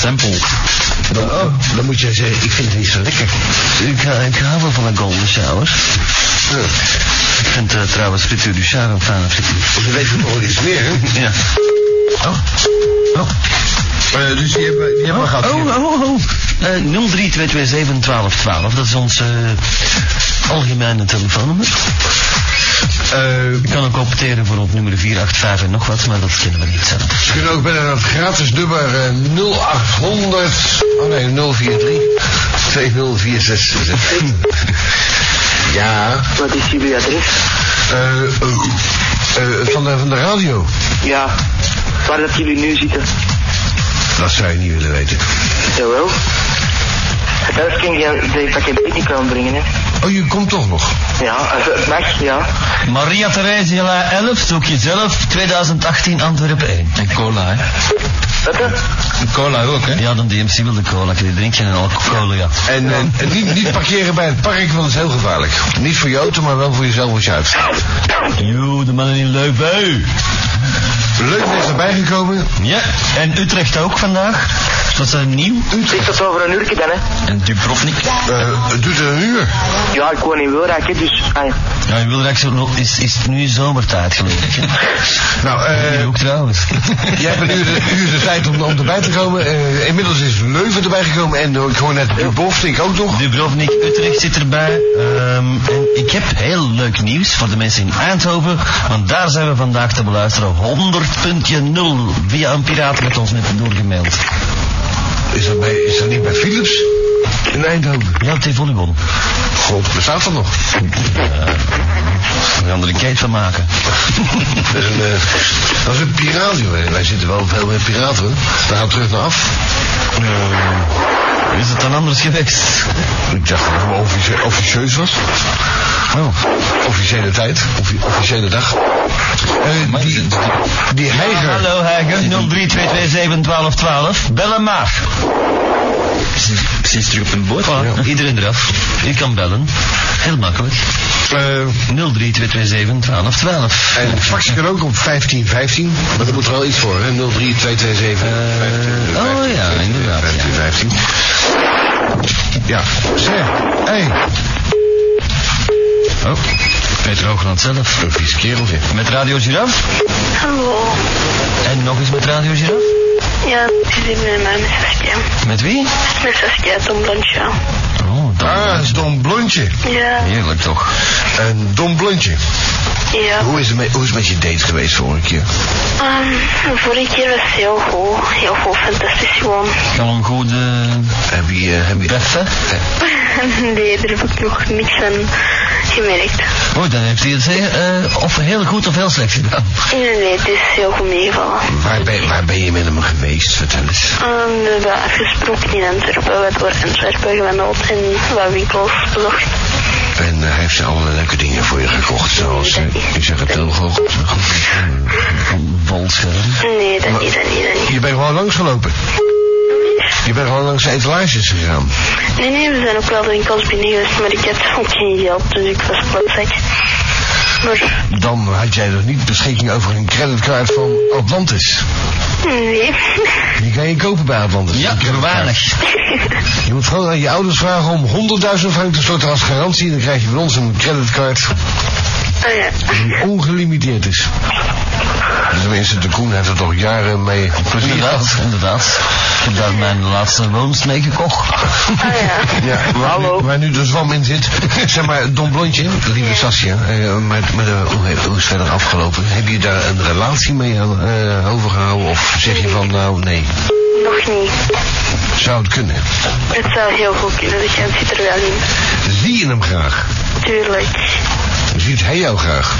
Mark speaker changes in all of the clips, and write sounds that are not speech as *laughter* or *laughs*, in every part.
Speaker 1: tempel.
Speaker 2: Dan, oh, dan moet je zeggen, ik vind het niet zo lekker.
Speaker 1: Ik, hou- ik hou wel van een golden showers. Ik vind eh, trouwens Frituur du Char een fijne frituur.
Speaker 2: Ze weten nog iets meer, hè?
Speaker 1: Ja.
Speaker 2: Oh. Eh, dus die hebben, die hebben we gehad.
Speaker 1: Oh,
Speaker 2: hier.
Speaker 1: oh, oh. Eh 03227 1212, dat is ons eh, algemene telefoonnummer.
Speaker 2: Eh,
Speaker 1: Je kan ook opteren voor op nummer 485 en nog wat, maar dat kennen we niet zelf.
Speaker 2: Ze kunnen ook binnen dat gratis nummer eh, 0800. Oh nee, 043 20466. *laughs* ja,
Speaker 3: Wat is jullie adres?
Speaker 2: eh, eh, eh, van, de, van de radio.
Speaker 3: Ja, waar dat jullie nu zitten.
Speaker 2: Dat zou je niet willen weten.
Speaker 3: Jawel. Het huis kan je de pakket niet kan brengen, hè?
Speaker 2: Oh, je komt toch nog?
Speaker 3: Ja, als het mag, ja.
Speaker 1: Maria Theresia 11, zoek jezelf, 2018 Antwerpen 1. En cola, hè?
Speaker 3: Wat hè?
Speaker 2: Cola ook, hè?
Speaker 1: Ja, dan DMC wil de cola, die drink je een alcohol, ja.
Speaker 2: En eh, en niet, niet parkeren bij het park, want dat is heel gevaarlijk. Niet voor je auto, maar wel voor jezelf als je uitstaat.
Speaker 1: Yo, de mannen in Leuven.
Speaker 2: Leuk dat je erbij gekomen.
Speaker 1: Ja, en Utrecht ook vandaag. Dat is eh, nieuw.
Speaker 3: Zeg dat over een uurtje dan, hè?
Speaker 1: En Dubrovnik.
Speaker 2: Eh, het duurt een uur.
Speaker 3: Ja, ik woon in Wilrijk, hè, dus... ai.
Speaker 1: Ja, in Wilrijk is het nog- is, is het nu zomertijd, geloof ik.
Speaker 2: *laughs* Nou, eh,
Speaker 1: Hier ook trouwens.
Speaker 2: *laughs* Jij hebt een uur de, uur de tijd om, om erbij te komen. Eh, inmiddels is Leuven erbij gekomen en eh, ik hoor net Dubovnik ook nog.
Speaker 1: Dubrovnik, Utrecht zit erbij. Ehm, en ik heb heel leuk nieuws voor de mensen in Eindhoven. Want daar zijn we vandaag te beluisteren. 100.0 via een piraat met ons net doorgemaild.
Speaker 2: Is dat, bij, is dat niet bij Philips? In Eindhoven.
Speaker 1: Ja, het heeft volleybal.
Speaker 2: God, bestaat dat nog?
Speaker 1: Eh, We gaan er een keet van maken.
Speaker 2: *laughs* Dat is een, eh, dat is een piraat, joh. Wij zitten wel veel met piraten. hoor. Daar gaan we terug naar af.
Speaker 1: Eh, Is het dan anders geweest?
Speaker 2: Ik dacht dat het wel officie- officieus was.
Speaker 1: Oh.
Speaker 2: Officiële tijd. Offi- officiële dag. Eh, die, die heiger.
Speaker 1: Hallo Heiger, 0322271212. Bellen maar. Precies terug op een boot.
Speaker 2: Ja.
Speaker 1: Iedereen eraf. Je kan bellen. Heel makkelijk.
Speaker 2: eh,
Speaker 1: 0322271212.
Speaker 2: en het fax kan ook op 1515. Maar daar moet er wel iets voor, hè? 03227.
Speaker 1: Eh, oh ja, inderdaad. ja.
Speaker 2: 15. Ja, zeg. Hé, hey,
Speaker 1: Oh, Peter Hoogland zelf.
Speaker 2: een vies kereltje.
Speaker 1: Met Radio Giraffe.
Speaker 4: Hallo.
Speaker 1: En nog eens met Radio Giraffe.
Speaker 4: Ja, ik zit hier met mijn Saskia.
Speaker 1: Met wie?
Speaker 4: Met Saskia, Tom Blondje.
Speaker 1: Oh,
Speaker 2: Ah, dat is Don Blondje.
Speaker 4: Ja,
Speaker 1: Heerlijk toch.
Speaker 2: Een Don Blondje.
Speaker 4: ja.
Speaker 2: Hoe is, het met, hoe is het met je date geweest vorige keer?
Speaker 4: Ehm, vorige keer was het heel goed. Heel goed, fantastisch gewoon. *laughs*
Speaker 1: Kan hem goed eh,
Speaker 2: Heb je... eh, heb je
Speaker 1: beffen.
Speaker 4: nee, daar heb ik nog niks van gemerkt.
Speaker 1: Oh, dan heeft hij het heel, eh, of heel goed of heel slecht gedaan.
Speaker 4: Nee, nee, het is heel goed meegevallen.
Speaker 2: waar, ben, waar ben je met hem geweest? Vertel eens.
Speaker 4: Ehm, we hebben afgesproken in Antwerpen. Wat door Antwerpen gewandeld en wat winkels bezocht.
Speaker 2: En eh, hij heeft ze allerlei leuke dingen voor je gekocht. Zoals, eh, ik zeg het heel goed.
Speaker 1: Bolscherm.
Speaker 4: Nee, dat niet, dat niet, dat niet.
Speaker 2: Je bent gewoon langsgelopen. Je bent gewoon langs de etalages gegaan.
Speaker 4: Nee, nee, we zijn ook wel de winkels binnen geweest, maar ik had ook geen geld, dus ik was plotzak. Maar
Speaker 2: Dan had jij nog niet beschikking over een creditcard van Atlantis.
Speaker 4: Nee. *laughs*
Speaker 2: Die kan je kopen bij Atlantis.
Speaker 1: Ja,
Speaker 2: Een
Speaker 1: voor
Speaker 2: creditcard.
Speaker 1: weinig.
Speaker 2: Je moet gewoon aan je ouders vragen om 100.000 frank te storten als garantie. Dan krijg je van ons een creditcard
Speaker 4: Oh ja.
Speaker 2: die ongelimiteerd is. Dus Tenminste, de Koen heeft er toch jaren mee plezier
Speaker 1: Inderdaad,
Speaker 2: gehad.
Speaker 1: inderdaad. Ik heb daar mijn laatste woons mee gekocht.
Speaker 4: Oh ja.
Speaker 2: Ja, waar
Speaker 3: Hallo.
Speaker 2: Nu, waar nu dus de zwam in zit. Zeg maar, Don Blondje, lieve Saskia, eh, met, met, eh, hoe, hoe is het verder afgelopen? Heb je daar een relatie mee aan, eh, overgehouden? Of zeg je van, nou nee,
Speaker 4: Nog niet.
Speaker 2: zou het kunnen?
Speaker 4: Het zou heel goed kunnen, dus de kans zit er wel in.
Speaker 2: Zie je hem graag?
Speaker 4: Tuurlijk.
Speaker 2: Ziet hij jou graag?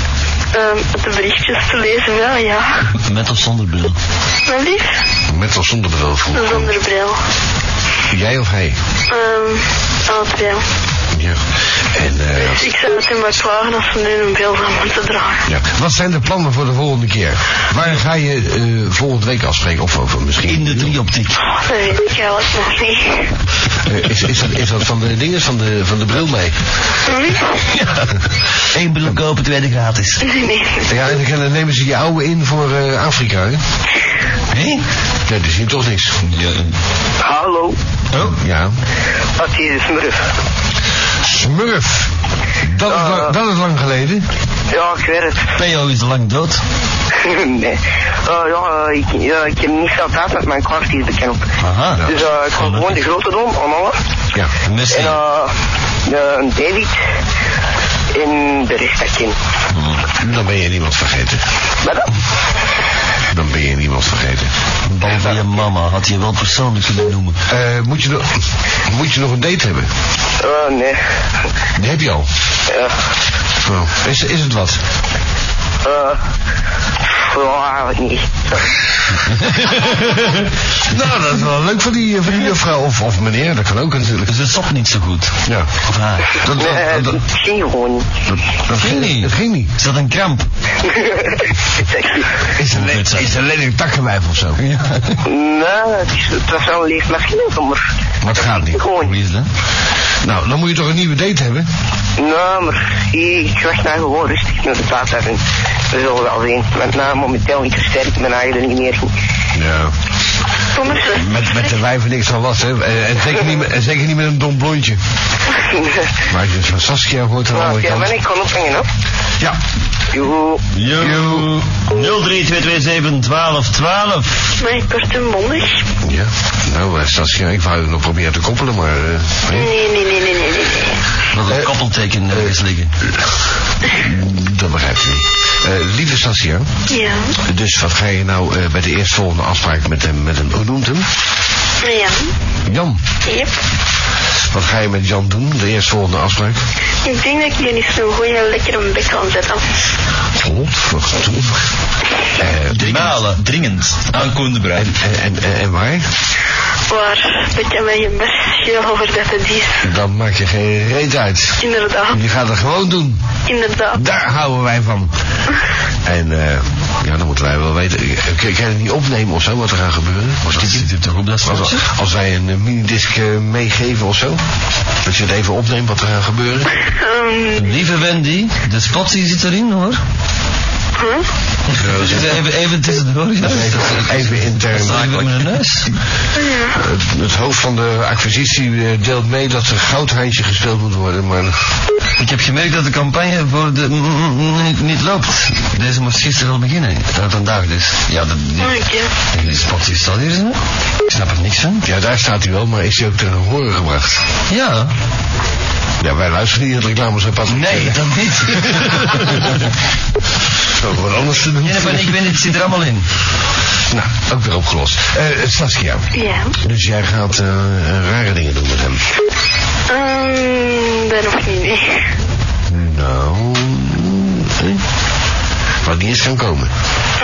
Speaker 4: Ehm, de berichtjes te lezen wel, ja.
Speaker 1: Met of zonder bril.
Speaker 4: Maar lief,
Speaker 2: Met of zonder bril vroeg.
Speaker 4: zonder bril.
Speaker 2: Jij of hij?
Speaker 4: Ehm, allebei.
Speaker 2: Ja. En, eh,
Speaker 4: Ik zou het hem maar klagen als ze nu een bril zou moeten dragen.
Speaker 2: Ja. Wat zijn de plannen voor de volgende keer? Waar ga je eh, volgende week afspreken? Of over misschien?
Speaker 1: In de drieoptiek.
Speaker 4: Dat weet ik eigenlijk nog niet.
Speaker 2: Eh, is, is, dat, is dat van de dingen van de, van de bril mee?
Speaker 4: Lief?
Speaker 1: Eén bril kopen, tweede gratis.
Speaker 4: Nee, nee.
Speaker 2: Ja, en dan nemen ze je oude in voor eh, Afrika. Hè?
Speaker 1: Hé?
Speaker 2: Nee, die zien toch niks.
Speaker 1: Ja.
Speaker 5: Hallo,
Speaker 1: Oh,
Speaker 2: Ja.
Speaker 5: wat hier is Smurf.
Speaker 2: Smurf. Dat, is
Speaker 5: Ah.
Speaker 2: lang, dat is lang geleden.
Speaker 5: Ja, ik weet het.
Speaker 1: Peo is lang dood.
Speaker 5: *laughs* nee. Eh, ja, eh, ik, ja, ik heb niet veel tijd met mijn kwartier bekend.
Speaker 1: Aha. Ja.
Speaker 5: Dus eh, ik ga gewoon de grote doen, aan alle.
Speaker 2: Ja.
Speaker 5: En
Speaker 1: Missie.
Speaker 5: eh, eh, een David en bericht dat kind.
Speaker 1: Hmm.
Speaker 2: Dan ben je niemand vergeten.
Speaker 5: Maar dat,
Speaker 2: Dan ben je niemand vergeten.
Speaker 1: Behalve je mama had je wel persoonlijk kunnen noemen.
Speaker 2: Eh, moet, je nog, moet je nog een date hebben?
Speaker 5: eh, nee.
Speaker 2: Die heb je al.
Speaker 5: Ja.
Speaker 2: Oh. Is, is het wat?
Speaker 5: eh, ja, eigenlijk niet.
Speaker 2: Nou, dat is wel leuk voor die, voor die juffrouw. Of, of meneer, dat kan ook natuurlijk.
Speaker 1: Dus het zat niet zo goed.
Speaker 2: Ja.
Speaker 1: Of haar.
Speaker 2: Dat,
Speaker 5: Nee,
Speaker 2: dat, dat,
Speaker 5: het ging gewoon niet.
Speaker 2: dat
Speaker 1: Ging niet.
Speaker 2: Dat ging niet.
Speaker 1: Is dat een kramp?
Speaker 2: *laughs* Is een,
Speaker 1: Goed zo.
Speaker 2: le- is een lelijk takkenwijf of zo.
Speaker 5: Nee, het, is, het was wel een leeg machine, maar...
Speaker 2: Maar het gaat niet.
Speaker 5: Gewoon.
Speaker 1: Hoe is dat?
Speaker 2: Nou, dan moet je toch een nieuwe date hebben?
Speaker 5: Nee, maar ik, ik wacht nou gewoon rustig naar de plaats af en we zullen wel zien. Met name momenteel niet versterkt, mijn eigen engineering.
Speaker 2: Ja.
Speaker 4: Thomas,
Speaker 5: *laughs*
Speaker 2: Met, met de wijven niks van last, hè? En, en zeker niet, met- en zeker niet met een dom blondje. Maar als je van Saskia hoort aan de
Speaker 5: Maar
Speaker 2: andere
Speaker 5: ja, ben
Speaker 2: kant.
Speaker 5: ik kan opvangen, hoor.
Speaker 2: Ja.
Speaker 5: Joehoe.
Speaker 1: Yo. 03227 1212.
Speaker 4: ben je kort en bondig?
Speaker 2: Ja. Nou, eh, Saskia, ik wou het nog proberen te koppelen, maar... eh,
Speaker 4: Nee,
Speaker 2: nee.
Speaker 4: nee, nee, nee, nee, nee. nee.
Speaker 1: Wat een
Speaker 2: Eh,
Speaker 1: koppelteken ergens liggen.
Speaker 2: dat begrijp ik niet. Eh, lieve Saskia,
Speaker 4: Ja,
Speaker 2: dus wat ga je nou eh, bij de eerstvolgende afspraak met hem, met een, hoe noemt hem?
Speaker 4: ja,
Speaker 2: Jan.
Speaker 4: yep.
Speaker 2: Wat ga je met Jan doen, de eerstvolgende afspraak?
Speaker 4: Ik denk dat ik hier niet zo'n goeie lekkere bek kan zetten.
Speaker 2: Godverdomme. Eh,
Speaker 1: Malen, dringend. Aankomende bruid.
Speaker 2: en, en, en, en waar?
Speaker 4: Maar dat kan mij je best schelen over dat het is.
Speaker 2: Dan maak je geen reet uit.
Speaker 4: Inderdaad,
Speaker 2: Je gaat het gewoon doen.
Speaker 4: inderdaad.
Speaker 2: Daar houden wij van. En eh, ja, dan moeten wij wel weten. Kun- Kun je het niet opnemen of zo wat er gaat gebeuren? Als,
Speaker 1: Zit hem toch op dat
Speaker 2: als,
Speaker 1: spotje?
Speaker 2: als wij een eh, minidisc eh, meegeven of zo? Dat je het even opneemt wat er gaat gebeuren?
Speaker 4: Ehm,
Speaker 1: Lieve Wendy, de spot die zit erin hoor.
Speaker 4: huh?
Speaker 2: Ja, dat is
Speaker 1: Zit er even, even tussendoor. Ja.
Speaker 2: eh, Even, even intern.
Speaker 1: Even met een neus.
Speaker 2: Het, het hoofd van de acquisitie eh, deelt mee dat er goudhandje gespeeld moet worden. Maar
Speaker 1: Ik heb gemerkt dat de campagne voor de mm, mm, mm, niet, niet loopt. Deze moest gisteren al beginnen. Dat vandaag dus. Ja, dat, die,
Speaker 4: Oké.
Speaker 1: die spot die staat hier zo. Ik snap er niks van.
Speaker 2: ja, daar staat hij wel, maar is hij ook ten horen gebracht?
Speaker 1: Ja.
Speaker 2: Ja, wij luisteren niet naar reclames en pas.
Speaker 1: Nee, dat *laughs* niet.
Speaker 2: Zou ik wat anders te doen?
Speaker 1: Jennifer en ik weet het, zit er allemaal in.
Speaker 2: Nou, ook weer opgelost. Eh Saskia,
Speaker 4: Ja.
Speaker 2: dus jij gaat eh, rare dingen doen met hem.
Speaker 4: Ehm, dat nog niet, nee.
Speaker 2: Nou, eh, wat niet is kan komen.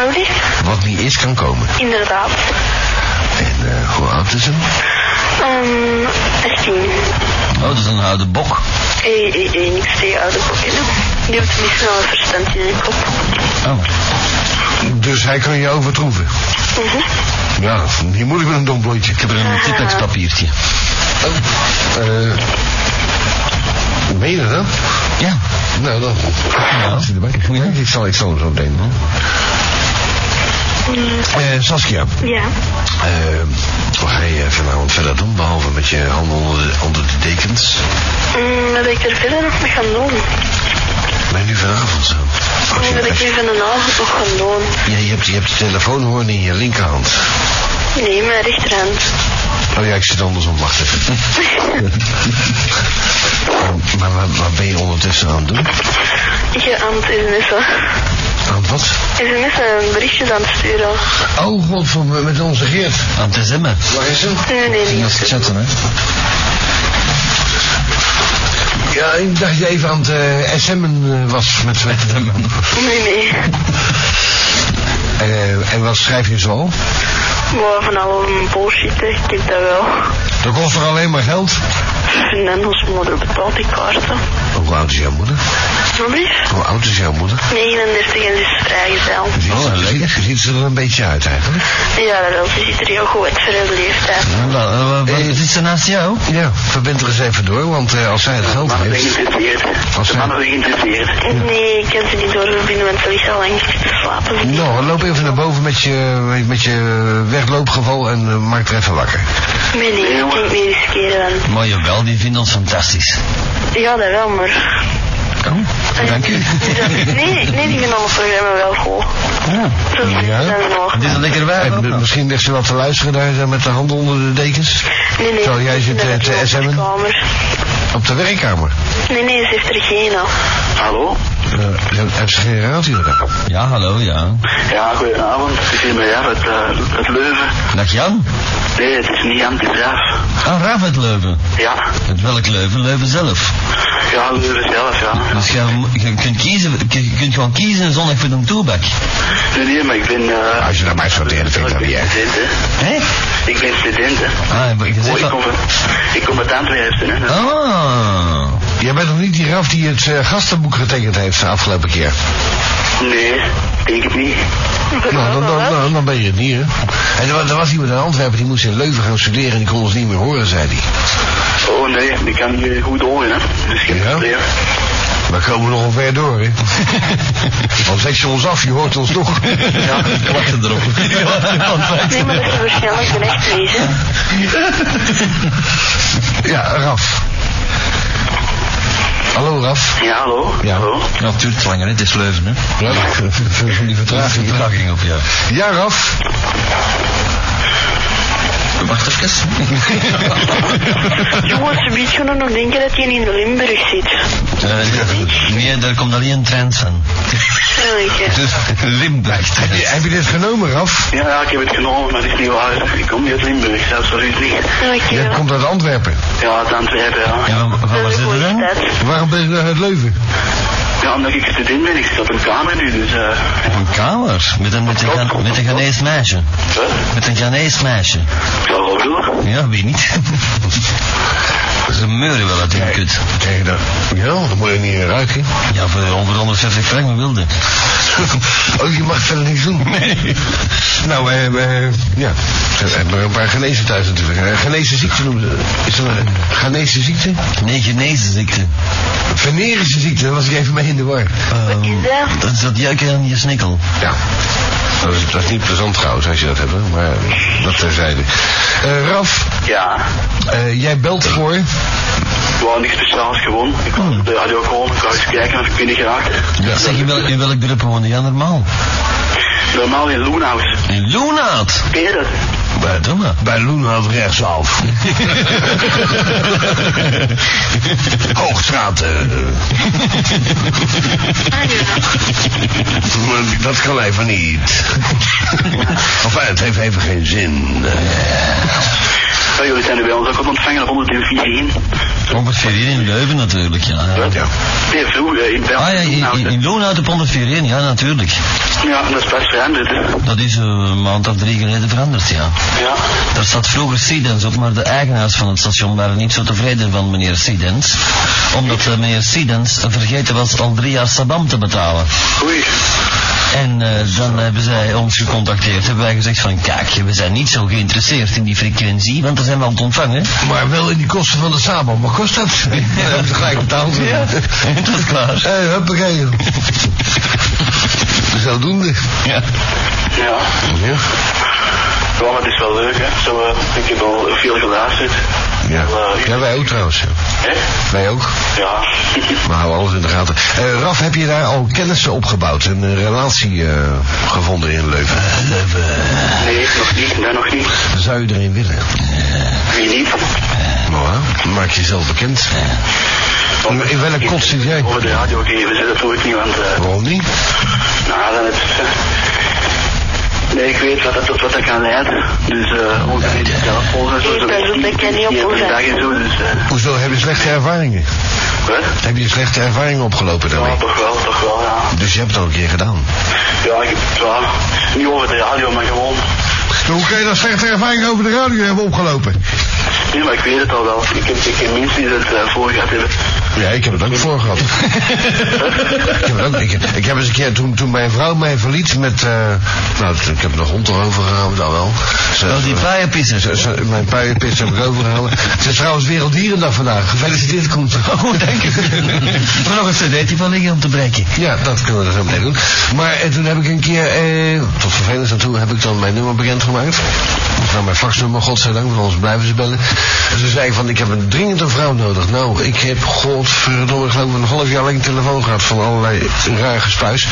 Speaker 4: Wat is het?
Speaker 2: Wat niet is kan komen.
Speaker 4: Inderdaad.
Speaker 2: En eh, hoe oud is hem?
Speaker 4: Ehm, 18.
Speaker 1: Oh, dat is een oude bok.
Speaker 4: Hey, hey, hey, niks tegen oude kokken. hè. Die heeft niet snel een verstand in de kop.
Speaker 1: Oh.
Speaker 2: Dus hij kan je overtroeven.
Speaker 4: Mhm.
Speaker 2: Ja, die moet ik met een dom blondje. Ik heb er
Speaker 1: Een tipexpapiertje.
Speaker 2: Oh, eh, meen je dat? dan?
Speaker 1: Ja.
Speaker 2: Nou, dan.
Speaker 1: Ja.
Speaker 2: Zit erbij. Ja, ik zal, ik zal hem zo meteen doen. Eh, Saskia,
Speaker 4: Ja.
Speaker 2: eh, wat ga je vanavond verder doen, behalve met je handen onder de, onder de dekens?
Speaker 4: Ehm, wat ik er verder nog mee gaan doen?
Speaker 2: Maar nu vanavond zo. Als je,
Speaker 4: Wat ik
Speaker 2: als je-
Speaker 4: nu van de avond nog gaan doen?
Speaker 2: ja, je, hebt, je hebt de telefoonhoorn in je linkerhand.
Speaker 4: Nee, mijn rechterhand.
Speaker 2: Oh ja, ik zit andersom, wacht even. *laughs* maar maar wat, wat ben je ondertussen aan het doen?
Speaker 4: Je aan het sms'en.
Speaker 2: Aan wat?
Speaker 4: Sms'en en berichtjes aan het sturen.
Speaker 2: Oh god, van, met onze Geert.
Speaker 1: Aan het zemmen.
Speaker 2: Waar is hem?
Speaker 4: Nee, nee, nee.
Speaker 1: chatten, hè?
Speaker 2: Ja, ik dacht dat je even aan het eh, SM'en eh, was
Speaker 1: *laughs*
Speaker 2: met met hem.
Speaker 4: Nee, nee.
Speaker 2: Eh, en wat schrijf je zo?
Speaker 1: Oh,
Speaker 4: Maar van al een bullshit, hè. ik heb dat wel.
Speaker 2: Dat kost er alleen maar geld.
Speaker 4: Fernando's moeder betaalt die kaarten.
Speaker 2: Hoe oud is jouw moeder?
Speaker 4: Sorry?
Speaker 2: Hoe oud is jouw moeder?
Speaker 4: 39 en ze is vrijgezel.
Speaker 2: Ziet,
Speaker 1: Oh,
Speaker 2: ze,
Speaker 1: lekker.
Speaker 2: ziet, ziet ze er een beetje uit eigenlijk?
Speaker 4: Ja, wel, ze ziet er heel goed uit voor haar leeftijd.
Speaker 1: Wel, eh, wat- wat zit ze naast jou?
Speaker 2: Ja, verbind er eens even door, want eh, als zij het geld
Speaker 5: Mannen zijn
Speaker 2: heeft...
Speaker 5: geïnteresseerd.
Speaker 2: Als
Speaker 5: De
Speaker 2: hij-
Speaker 5: mannen zijn geïnteresseerd.
Speaker 4: Nee, ik kan ze niet doorverbinden, want ze ligt al lang te slapen.
Speaker 2: Nou, loop even naar boven met je, met je wegloopgeval en eh, maak er even wakker.
Speaker 4: Nee, nee, ik kan het niet riskeren dan.
Speaker 1: Maar jawel, die vindt ons fantastisch.
Speaker 4: Ja, dat wel, maar...
Speaker 1: Oh, dank u.
Speaker 4: Nee, nee, die vinden alle programma wel goed. Dat
Speaker 2: Ja.
Speaker 4: dat is nog.
Speaker 1: Het is een lekker wijf.
Speaker 2: Eh,
Speaker 1: ook
Speaker 2: m-
Speaker 1: nog.
Speaker 2: misschien ligt ze wel te luisteren daar eh, met de handen onder de dekens.
Speaker 4: Nee, nee.
Speaker 2: Zo, jij zit,
Speaker 4: dat
Speaker 2: eh,
Speaker 4: is
Speaker 2: te
Speaker 4: wel op de
Speaker 2: SM'en?
Speaker 4: kamer.
Speaker 2: Op de werkkamer.
Speaker 4: Nee, nee, ze heeft er geen al.
Speaker 5: Hallo?
Speaker 2: Eh, ze- Heeft ze geen radio dan?
Speaker 1: Ja, hallo, ja.
Speaker 5: Ja, goedenavond. Ik ben Jan uit, eh, uit Leuven.
Speaker 1: Dag Jan.
Speaker 5: Nee, het is niet Jan, het is Raaf.
Speaker 1: Ah, Raaf uit Leuven.
Speaker 5: Ja.
Speaker 1: Uit welk Leuven? Leuven zelf.
Speaker 5: Ja, Leuven zelf, ja.
Speaker 1: Dus je, je, kunt, kiezen, je kunt gewoon kiezen zondag voor een toebak.
Speaker 5: Nee, nee, maar ik ben... eh,
Speaker 2: Als je naar mij sorteert, vind ik dat niet
Speaker 5: ik ben
Speaker 2: erg.
Speaker 5: student, hè.
Speaker 1: Hé?
Speaker 5: Ik ben student, hè.
Speaker 1: Ah, maar je
Speaker 5: Oh,
Speaker 1: zegt
Speaker 5: ik, kom
Speaker 1: van...
Speaker 5: van, ik kom uit Antwerpen, hè.
Speaker 1: Ah.
Speaker 2: Jij bent nog niet die Raf die het eh, gastenboek getekend heeft de afgelopen keer.
Speaker 5: Nee, denk ik niet.
Speaker 2: Nou, dan, dan, dan, dan ben je het niet, hè. En er, wa- er was iemand in Antwerpen, die moest in Leuven gaan studeren en die kon ons niet meer horen, zei hij.
Speaker 5: Oh nee, ik kan hier goed horen, hè. Dus geen
Speaker 2: Ja?
Speaker 5: probleem.
Speaker 2: We komen nog wel ver
Speaker 1: *laughs*
Speaker 2: door, hè. Want zet je ons af, je hoort ons nog.
Speaker 1: Ja, ik wacht
Speaker 2: *laughs*
Speaker 1: erop.
Speaker 4: Nee, maar dat is waarschijnlijk een echt wezen.
Speaker 2: *laughs* Ja, Raf. Hallo, Raf.
Speaker 5: Ja, hallo?
Speaker 2: Ja.
Speaker 5: Hallo?
Speaker 1: Nou, het duurt langer, hè. het is Leuven, hè.
Speaker 2: Ja, v- v- van die vertraging.
Speaker 1: vertraging op, ja.
Speaker 2: Ja, Raf.
Speaker 1: Wacht
Speaker 2: *laughs*
Speaker 1: even.
Speaker 4: Jongens, ze beetje kunnen nog denken dat hij in Limburg zit.
Speaker 1: Eh, nee, daar komt alleen een trend van.
Speaker 4: Gelukkig.
Speaker 1: Limburg.
Speaker 2: Dus Heb je dit genomen, Raf?
Speaker 5: Ja, ja, ik heb het genomen, maar het is niet waar. Ik kom niet uit Limburg, absoluut niet.
Speaker 2: Jij
Speaker 4: Gelukkig.
Speaker 2: komt uit Antwerpen.
Speaker 5: Ja, uit Antwerpen, ja.
Speaker 1: Ja, maar waar zit het dan?
Speaker 2: Waarom ben je eh, dan uit Leuven?
Speaker 5: Ja, omdat ik student ben, ik zit op een kamer nu, dus... eh
Speaker 1: Een kamer? Met een, met een, Ga- met een Ghanese meisje.
Speaker 5: Wat?
Speaker 1: Met een Ghanese meisje.
Speaker 5: Ik zal wel doen.
Speaker 1: Ja, wie niet? Ze meuren wel uit hun kut.
Speaker 2: Tegen dat. Ja, dat moet je niet in ruiken.
Speaker 1: Ja, voor 100, 150 frank, maar wilde.
Speaker 2: *laughs* Oh, je mag verder niks doen.
Speaker 1: Nee.
Speaker 2: Nou, eh, eh, ja. We hebben een paar genezen thuis natuurlijk. Eh, Genezen ziekte noemen ze dat. Is dat een genezen ziekte?
Speaker 1: Nee, genezen ziekte.
Speaker 2: Venerische ziekte, daar was ik even mee in de war.
Speaker 1: Ehm,
Speaker 4: dat?
Speaker 1: dat is dat jeuken aan je snikkel.
Speaker 2: Ja. Dat is, dat is niet plezant trouwens, als je dat hebt, hè, maar eh, dat terzijde. Eh Raf,
Speaker 5: Ja.
Speaker 2: eh, jij belt voor.
Speaker 5: Gewoon niks speciaals, gewoon. Ik was op de radio gewoon, ik wou eens kijken of ik binnen geraakt.
Speaker 1: Zeg, in, wel, in welk dorp woonde jij normaal?
Speaker 5: Normaal in Loenhout.
Speaker 1: In Loenaat.
Speaker 5: Ken je dat?
Speaker 1: Bij Donna.
Speaker 2: Bij Loenhout rechtsaf. *laughs* Hoogstraat. eh.
Speaker 4: Ah,
Speaker 2: Maar eh, dat kan even niet. Enfin, het heeft even geen zin.
Speaker 5: Ja, jullie zijn er bij ons ook op ontvangen op 104 in.
Speaker 1: Ongeveer hier in Leuven natuurlijk, ja. ja.
Speaker 2: Ja.
Speaker 5: Nee, vroeger in België.
Speaker 1: Ah ja, in, in, in Loenhout op 104.1, ja natuurlijk.
Speaker 5: Ja, dat is pas veranderd. hè.
Speaker 1: Dat is eh, een maand of drie geleden veranderd, ja.
Speaker 5: Ja.
Speaker 1: Daar staat vroeger Sidens op, maar de eigenaars van het station waren niet zo tevreden van meneer Sidens. Omdat eh, meneer Sidens vergeten was al drie jaar sabam te betalen.
Speaker 5: Oei.
Speaker 1: En eh, dan hebben zij ons gecontacteerd. Hebben wij gezegd van, kijk, we zijn niet zo geïnteresseerd in die frequentie, want dan zijn we aan het ontvangen.
Speaker 2: Maar wel in die kosten van de Sabo. Wat kost
Speaker 1: *laughs*
Speaker 2: dat? *laughs* Ja. Dat heb ik gelijk betaald.
Speaker 1: Ja, dat is klaar.
Speaker 2: *laughs* Hé, hey, huppakee. Zodoende.
Speaker 1: Ja.
Speaker 5: Ja.
Speaker 2: Ja.
Speaker 5: Ja, maar het is wel leuk, hè. Zo, eh, ik heb al veel geluisterd.
Speaker 2: Ja.
Speaker 5: Wel, eh,
Speaker 2: ja, wij ook trouwens. ja.
Speaker 5: Hè?
Speaker 2: Wij ook.
Speaker 5: Ja. *laughs*
Speaker 2: We houden alles in de gaten. Eh, Raf, heb je daar al kennissen opgebouwd? Een eh, relatie eh, gevonden in Leuven?
Speaker 5: Nee, nog niet. Nee, nog niet.
Speaker 2: Zou je erin willen?
Speaker 5: Wie niet?
Speaker 2: Nou, hè, maak jezelf bekend. In- in welk kot zit jij?
Speaker 5: Over de radio geven ze dat ook niet, want... eh,
Speaker 2: Waarom niet?
Speaker 5: Nou, dan het. Nee, ik weet wat dat tot wat dat kan leiden. Dus eh ook met die telefoons en zo.
Speaker 4: Ik ben zo bekend niet op
Speaker 5: op
Speaker 4: hoeven.
Speaker 5: dag en zo, dus eh
Speaker 2: Hoezo, heb je slechte ervaringen?
Speaker 5: wat?
Speaker 2: Heb je slechte ervaringen opgelopen
Speaker 5: Ja,
Speaker 2: daarmee?
Speaker 5: toch wel, toch wel, ja.
Speaker 2: Dus je hebt het al een keer gedaan.
Speaker 5: Ja, ik heb het wel. Niet over de radio, maar gewoon.
Speaker 2: Hoe kan je dat slechte ervaringen over de radio hebben opgelopen?
Speaker 5: Nee, maar ik weet het al wel. Ik heb, ik heb mensen die dat eh, voor gehad hebben.
Speaker 2: Ja, ik heb het ook
Speaker 1: *laughs*
Speaker 2: voor gehad. ik, heb het ook, ik, ik heb eens een keer, toen, toen mijn vrouw mij verliet met... eh, nou, t- ik heb de hond erover gehouden, dan wel. Ze-
Speaker 1: Oh, die
Speaker 2: ze-
Speaker 1: paaienpissers.
Speaker 2: ze- ze- Mijn puienpits heb ik overgehouden. Het is trouwens Werelddierendag vandaag. Gefeliciteerd, Koen.
Speaker 1: *laughs* Oh, dank je. Maar nog een cd'tje van liggen om te breken.
Speaker 2: Ja, dat kunnen we er zo meteen doen. Maar eh, toen heb ik een keer, eh, tot vervelend aan toe, heb ik dan mijn nummer bekendgemaakt. Of nou, mijn faxnummer, godzijdank, want anders blijven ze bellen. En ze zei ik van, ik heb een dringende vrouw nodig. Nou, ik heb, godverdomme, geloof ik, een half jaar lang telefoon gehad van allerlei rare gespuis.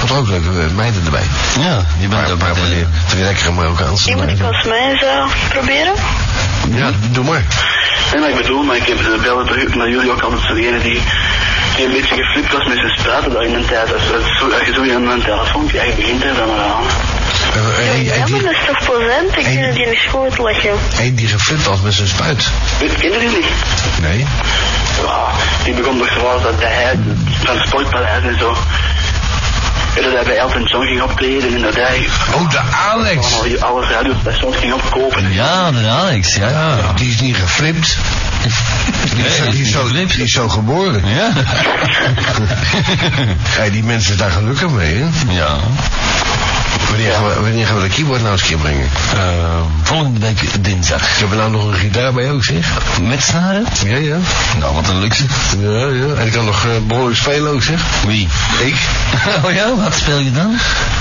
Speaker 2: Had ook leuke eh, meiden erbij.
Speaker 1: Ja, Ah, je bent
Speaker 2: Maar,
Speaker 1: ook eh,
Speaker 2: maar van die,
Speaker 1: meteen.
Speaker 2: van die lekkere Marokkaanse.
Speaker 4: Die moet ik
Speaker 2: meiden.
Speaker 4: volgens mij eens eh, proberen.
Speaker 2: Ja, doe maar.
Speaker 5: Nee, maar ik bedoel, maar ik heb de bellen terug naar jullie ook altijd degene die, die een beetje geflipt was met zijn straten daar in een tijd. Als, als, zo- als je zo in een telefoontje echt begint hè, dan maar aan.
Speaker 2: Eh, eh, eh,
Speaker 4: Ja,
Speaker 2: die-
Speaker 4: maar dat is toch plezant? Ik vind het hier niet goed lachen.
Speaker 2: Eén die geflipt had met zijn spuit.
Speaker 5: Weet- Kennen jullie niet?
Speaker 2: Nee.
Speaker 5: Ja, die begon nog zoals dat hij van het sportpaleis en zo. En dat hij bij Elton John ging optreden en dat hij
Speaker 2: Oh, de Alex.
Speaker 5: allemaal die- alle radiostations ging opkopen.
Speaker 1: Ja, de Alex, ja.
Speaker 2: Ja, die is niet geflipt. Die is,
Speaker 1: Nee,
Speaker 2: die is zo,
Speaker 1: geflipt.
Speaker 2: die is zo geboren.
Speaker 1: Ja.
Speaker 2: *laughs* Hey, die mensen zijn daar gelukkig mee, hè?
Speaker 1: ja.
Speaker 2: Wanneer gaan, we, wanneer gaan we de keyboard nou eens een keer brengen?
Speaker 1: Eh, volgende week dinsdag.
Speaker 2: Ik heb er nou nog een gitaar bij ook, zeg.
Speaker 1: Met snaren?
Speaker 2: Ja, ja.
Speaker 1: Nou, wat een luxe.
Speaker 2: Ja, ja. En ik kan nog eh, behoorlijk spelen ook, zeg.
Speaker 1: Wie?
Speaker 2: Ik?
Speaker 1: Oh ja, wat speel je dan?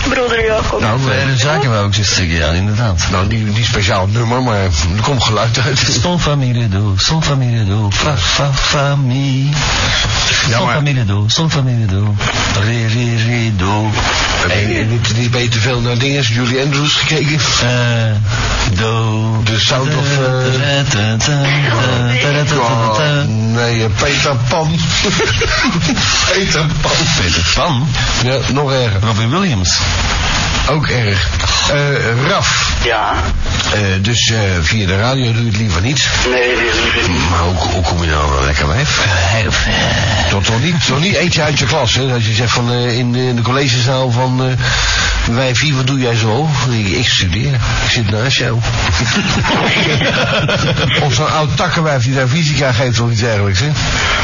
Speaker 4: Broeder Jacob.
Speaker 2: Nou, eh,
Speaker 1: Bij de zaken wou ik ze zeggen, ja, inderdaad.
Speaker 2: nou niet, niet speciaal nummer, maar er komt geluid uit.
Speaker 1: Son familie do, son familie do, fa fa famille.
Speaker 2: Ja,
Speaker 1: Son
Speaker 2: maar-
Speaker 1: familie do, son familie do, re re re do.
Speaker 2: En, Eh, en niet, niet ben je te veel naar dingen, Julie Andrews gekeken?
Speaker 1: Eh, do.
Speaker 2: De sound of, eh, Ja, nee, eh, Peter
Speaker 1: *laughs*
Speaker 2: Pan. Peter Pan.
Speaker 1: Peter Pan,
Speaker 2: Ja, nog erger.
Speaker 1: Robin Williams.
Speaker 2: Ook erg. Eh, Raf.
Speaker 5: Ja,
Speaker 2: Eh, dus eh, via de radio doe je het liever niet.
Speaker 5: nee, nee, liever niet.
Speaker 2: Maar hoe, hoe kom je nou aan een lekker wijf? Toch, toch, niet, toch niet eentje uit je klas, hè? Als je zegt van eh, in, de, in de collegezaal van... eh wijfie, wat doe jij zo? Ik, ik studeer. Ik zit naast
Speaker 1: *laughs*
Speaker 2: jou. of zo'n oud takkenwijf die daar fysica geeft of iets dergelijks, hè?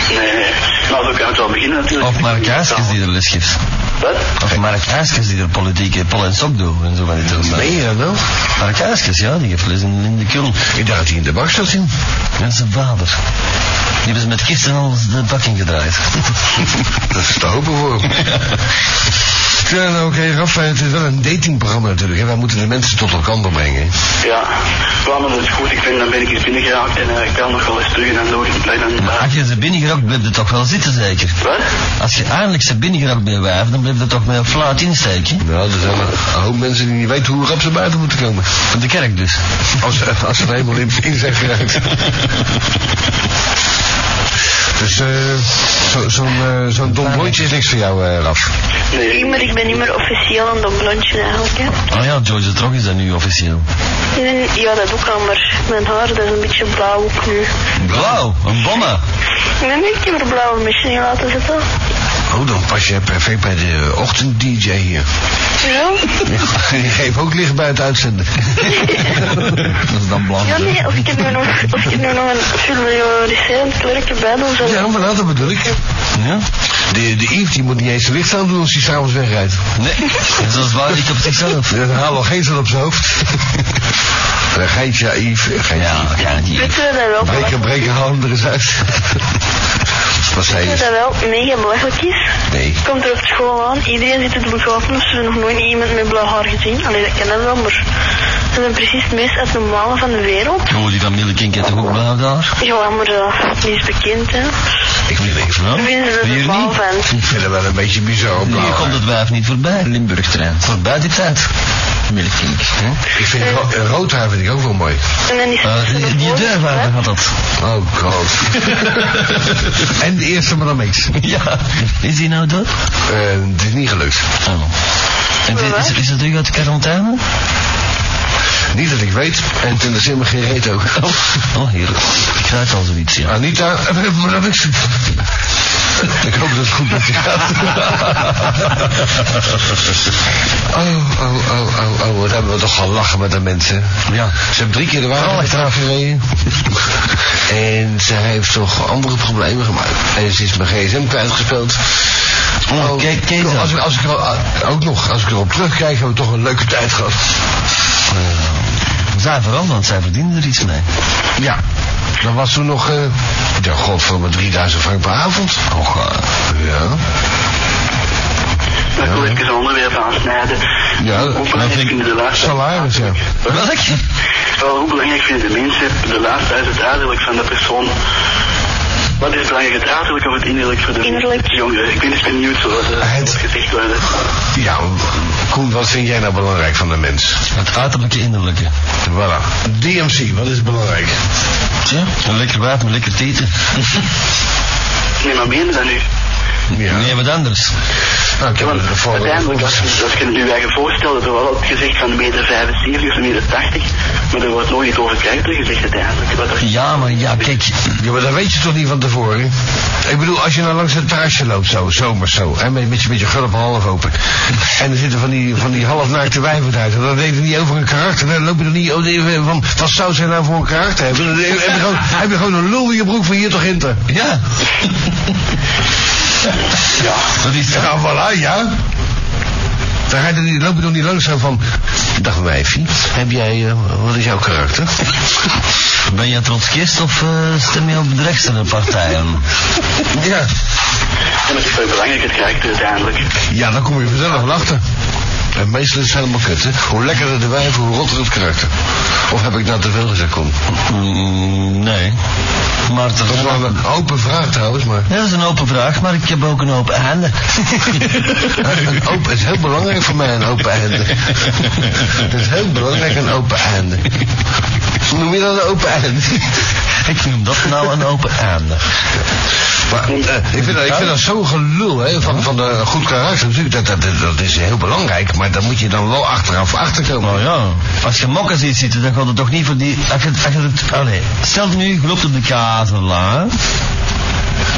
Speaker 5: Nee, nee. Maar zo kan het wel beginnen natuurlijk.
Speaker 1: Of Mark Huiskens die er les geeft.
Speaker 5: Wat?
Speaker 1: Of Mark Huiskens die er politieke pol en sok doet en zo van die toestanden.
Speaker 2: Meen je dat nou?
Speaker 1: Mark Huiskens, ja, die heeft les in Lindekulm.
Speaker 2: Ik dacht dat hij in de bak zat, joh.
Speaker 1: Dat is zijn vader. Die hebben ze met kisten al de bak in gedraaid.
Speaker 2: *laughs* Dat is te
Speaker 1: *laughs*
Speaker 2: hopen voor hem. Ja, nou, oké, Raf, eh, het is wel een datingprogramma natuurlijk. Hè? Wij moeten de mensen tot elkaar brengen.
Speaker 5: Ja, waarom dat het goed? Ik vind, dan ben ik eens binnengeraakt en eh, ik kan nog wel eens terug en dan loop ik dan.
Speaker 1: Als je ze binnengerokt, blijf je toch wel zitten zeker?
Speaker 5: Wat?
Speaker 1: Als je eindelijk ze binnengerokt bij wijven, dan blijf je toch met een fluit insteken.
Speaker 2: Nou, er zijn een hoop mensen die niet weten hoe rap ze buiten moeten komen.
Speaker 1: Van de kerk dus.
Speaker 2: Als, als ze er helemaal in, in zijn geraakt. Dus eh, zo- zo'n eh, zo'n dom blondje is niks voor jou, eh, Raf.
Speaker 5: Nee,
Speaker 4: Ik, maar ik ben niet meer officieel aan dat blondje eigenlijk. Hè.
Speaker 1: Oh ja, George de Trog is dat nu officieel.
Speaker 4: Nee, Ja, dat ook al, maar mijn haar dat is een beetje blauw ook nu.
Speaker 1: Blauw, een bomma.
Speaker 4: Nee, nee, ik heb er blauwe mesje in laten zitten.
Speaker 2: Oh, dan pas je perfect bij de ochtend-dj
Speaker 1: *laughs*
Speaker 2: hier.
Speaker 4: Ja?
Speaker 2: Die geeft ook licht bij het
Speaker 4: *laughs*
Speaker 2: uitzenden.
Speaker 1: Dat is dan blauw.
Speaker 4: Ja, nee, of ik heb nu nog, of ik heb nu nog een fluoriserend werk erbij doen, zo.
Speaker 2: Ja, maar nou, dat bedoel ik.
Speaker 1: Ja?
Speaker 2: De, de Yves die moet niet eens zijn licht aan doen als hij s'avonds wegrijdt.
Speaker 1: Nee, *laughs* dat is waar ik op zichzelf.
Speaker 2: Dat haal al geen zin op zijn
Speaker 1: *laughs*
Speaker 2: hoofd. Een geintje, ja, Yves. eh, Een geintje,
Speaker 1: Ja,
Speaker 2: Yves.
Speaker 1: ja, die.
Speaker 2: eh,
Speaker 4: Weet je dat wel?
Speaker 2: Breken, breken, haal hem er eens
Speaker 1: *laughs*
Speaker 2: uit. Wat zei
Speaker 4: Weet je
Speaker 2: je?
Speaker 4: dat wel mega belachelijk is?
Speaker 2: Nee.
Speaker 4: Komt er op school aan, iedereen zit te begraven, ze dus hebben nog nooit iemand met blauw haar gezien. Allee, dat kan dat wel, maar ze zijn precies het meest abnormale van de wereld.
Speaker 1: Oh, die van Milkink heeft toch ook blauw daar?
Speaker 4: Ja, maar eh, die is bekend, hè.
Speaker 2: Ik vind niks
Speaker 1: Ja?
Speaker 2: van.
Speaker 4: Daar vinden ze
Speaker 1: Hier
Speaker 4: er een bal
Speaker 1: niet?
Speaker 4: van.
Speaker 2: Ik vind het wel een beetje bizar. blauw
Speaker 1: Hier
Speaker 2: haar.
Speaker 1: komt het wijf niet voorbij. Limburg-trein. Voorbij die tijd. Milkink.
Speaker 2: Ik vind ro eh, rood haar vind ik ook wel mooi.
Speaker 4: En dan is het
Speaker 1: Ah, Eh, die die, die deurwaarder had dat.
Speaker 2: Oh god. en de eerste madame X.
Speaker 1: *laughs* Ja. Is die nou dood?
Speaker 2: Eh, het is niet gelukt.
Speaker 1: Oh. En dit- is, is dat terug uit de quarantaine?
Speaker 2: Niet dat ik weet. En toen is helemaal geen reet ook. Oh,
Speaker 1: Oh, heerlijk. Ik ruik al zoiets, ja.
Speaker 2: Anita, eh, madame X. Ik hoop dat het goed met je *laughs* gaat. oh, oh, oh, oh, oh. Wat hebben we toch gelachen met de mensen. Ja. Oh. Ze heeft drie keer de wagen achteraf gereden. en ze heeft toch andere problemen gemaakt. En ze is mijn gsm kwijtgespeeld.
Speaker 1: Oh, kijk, kijk dan.
Speaker 2: als, ik- als ik er, al- eh, ook nog, als ik erop terugkijk, hebben we toch een leuke tijd gehad.
Speaker 1: Eh, Zij vooral, want zij verdiende er iets mee.
Speaker 2: Ja. Dan was toen nog, eh ja, godverdomme, 3000 frank per avond. Och, eh, ja.
Speaker 5: Dat ik wil even een onderwerp aansnijden.
Speaker 2: Ja, dat-
Speaker 5: Hoe
Speaker 2: dat
Speaker 5: belangrijk
Speaker 2: vind
Speaker 5: vinden de luisteraars?
Speaker 2: Salaris, ja.
Speaker 1: Welk?
Speaker 5: Wel, hoe belangrijk vinden de mensen de luisteraars het uiterlijk van de persoon? Wat is belangrijk, het uiterlijk of het innerlijk voor de
Speaker 4: Innerlijk.
Speaker 5: jongeren? Ik ben eens benieuwd wat eh,
Speaker 2: Ah, Het-
Speaker 5: gezegd worden.
Speaker 2: Ja, Koen, wat vind jij nou belangrijk van de mens?
Speaker 1: Het uiterlijke innerlijke.
Speaker 2: Voilà. DMC, wat is belangrijk?
Speaker 1: Tja, een lekker wapen, een lekker tieten.
Speaker 5: Nee, maar meen je dat nu?
Speaker 2: Ja.
Speaker 1: Nee, wat anders.
Speaker 2: Nou, ik heb
Speaker 5: Want
Speaker 2: het ervoor.
Speaker 5: uiteindelijk, als, je- als je het je eigen voorstelt, er wordt altijd gezegd van 1,75 meter 75 of 1,80 meter 80, maar er wordt nooit over kijken gezegd uiteindelijk. Wat er-
Speaker 1: Ja, maar ja, kijk.
Speaker 2: Ja, maar dat weet je toch niet van tevoren? Ik bedoel, als je nou langs het terrasje loopt, zo, zomers zo, en met, met, je- met je gulp half open. En er zitten van die, van die halfnaakte wijven uit. En dan weet je niet over een karakter. Dan loop je er niet oh, even van, wat zou zij nou voor een karakter hebben? Dan heb je gewoon, heb je gewoon een lul in je broek van hier toch in te.
Speaker 1: Ja.
Speaker 5: Ja.
Speaker 1: Dat is
Speaker 2: Ja, voilà, ja. Dan ga je er niet, loop je nog niet langzaam van. Dag wijfie, heb jij, eh, wat is jouw karakter?
Speaker 1: Ben je trotskist of eh, stem je op de rechtse partijen?
Speaker 2: *laughs* Ja,
Speaker 5: En dat is wel belangrijk, het karakter uiteindelijk.
Speaker 2: ja dan kom je vanzelf wel achter. En meestal is het helemaal kut, hè? Hoe lekkerder de wijf, hoe rotter het karakter. Of heb ik nou te veel gezegd, Koen?
Speaker 1: Mm, nee. Maar er
Speaker 2: Dat is wel een open vraag trouwens, maar...
Speaker 1: Ja, dat is een open vraag, maar ik heb ook een open handen.
Speaker 2: Een *laughs* open, het is heel belangrijk voor mij, een open einde. Het is heel belangrijk, een open einde. Noem je dat een open einde?
Speaker 1: ik noem dat nou een open handen.
Speaker 2: Maar, eh, ik, vind dat, ik vind dat zo gelul hè, van, van de goed karakter. Natuurlijk, dat, dat, dat is heel belangrijk, maar daar moet je dan wel achteraf achterkomen.
Speaker 1: Nou ja, als je mokken ziet zitten, dan gaat het toch niet voor die... Als je, als je het, allee, stel nu, je loopt op de kazelaan.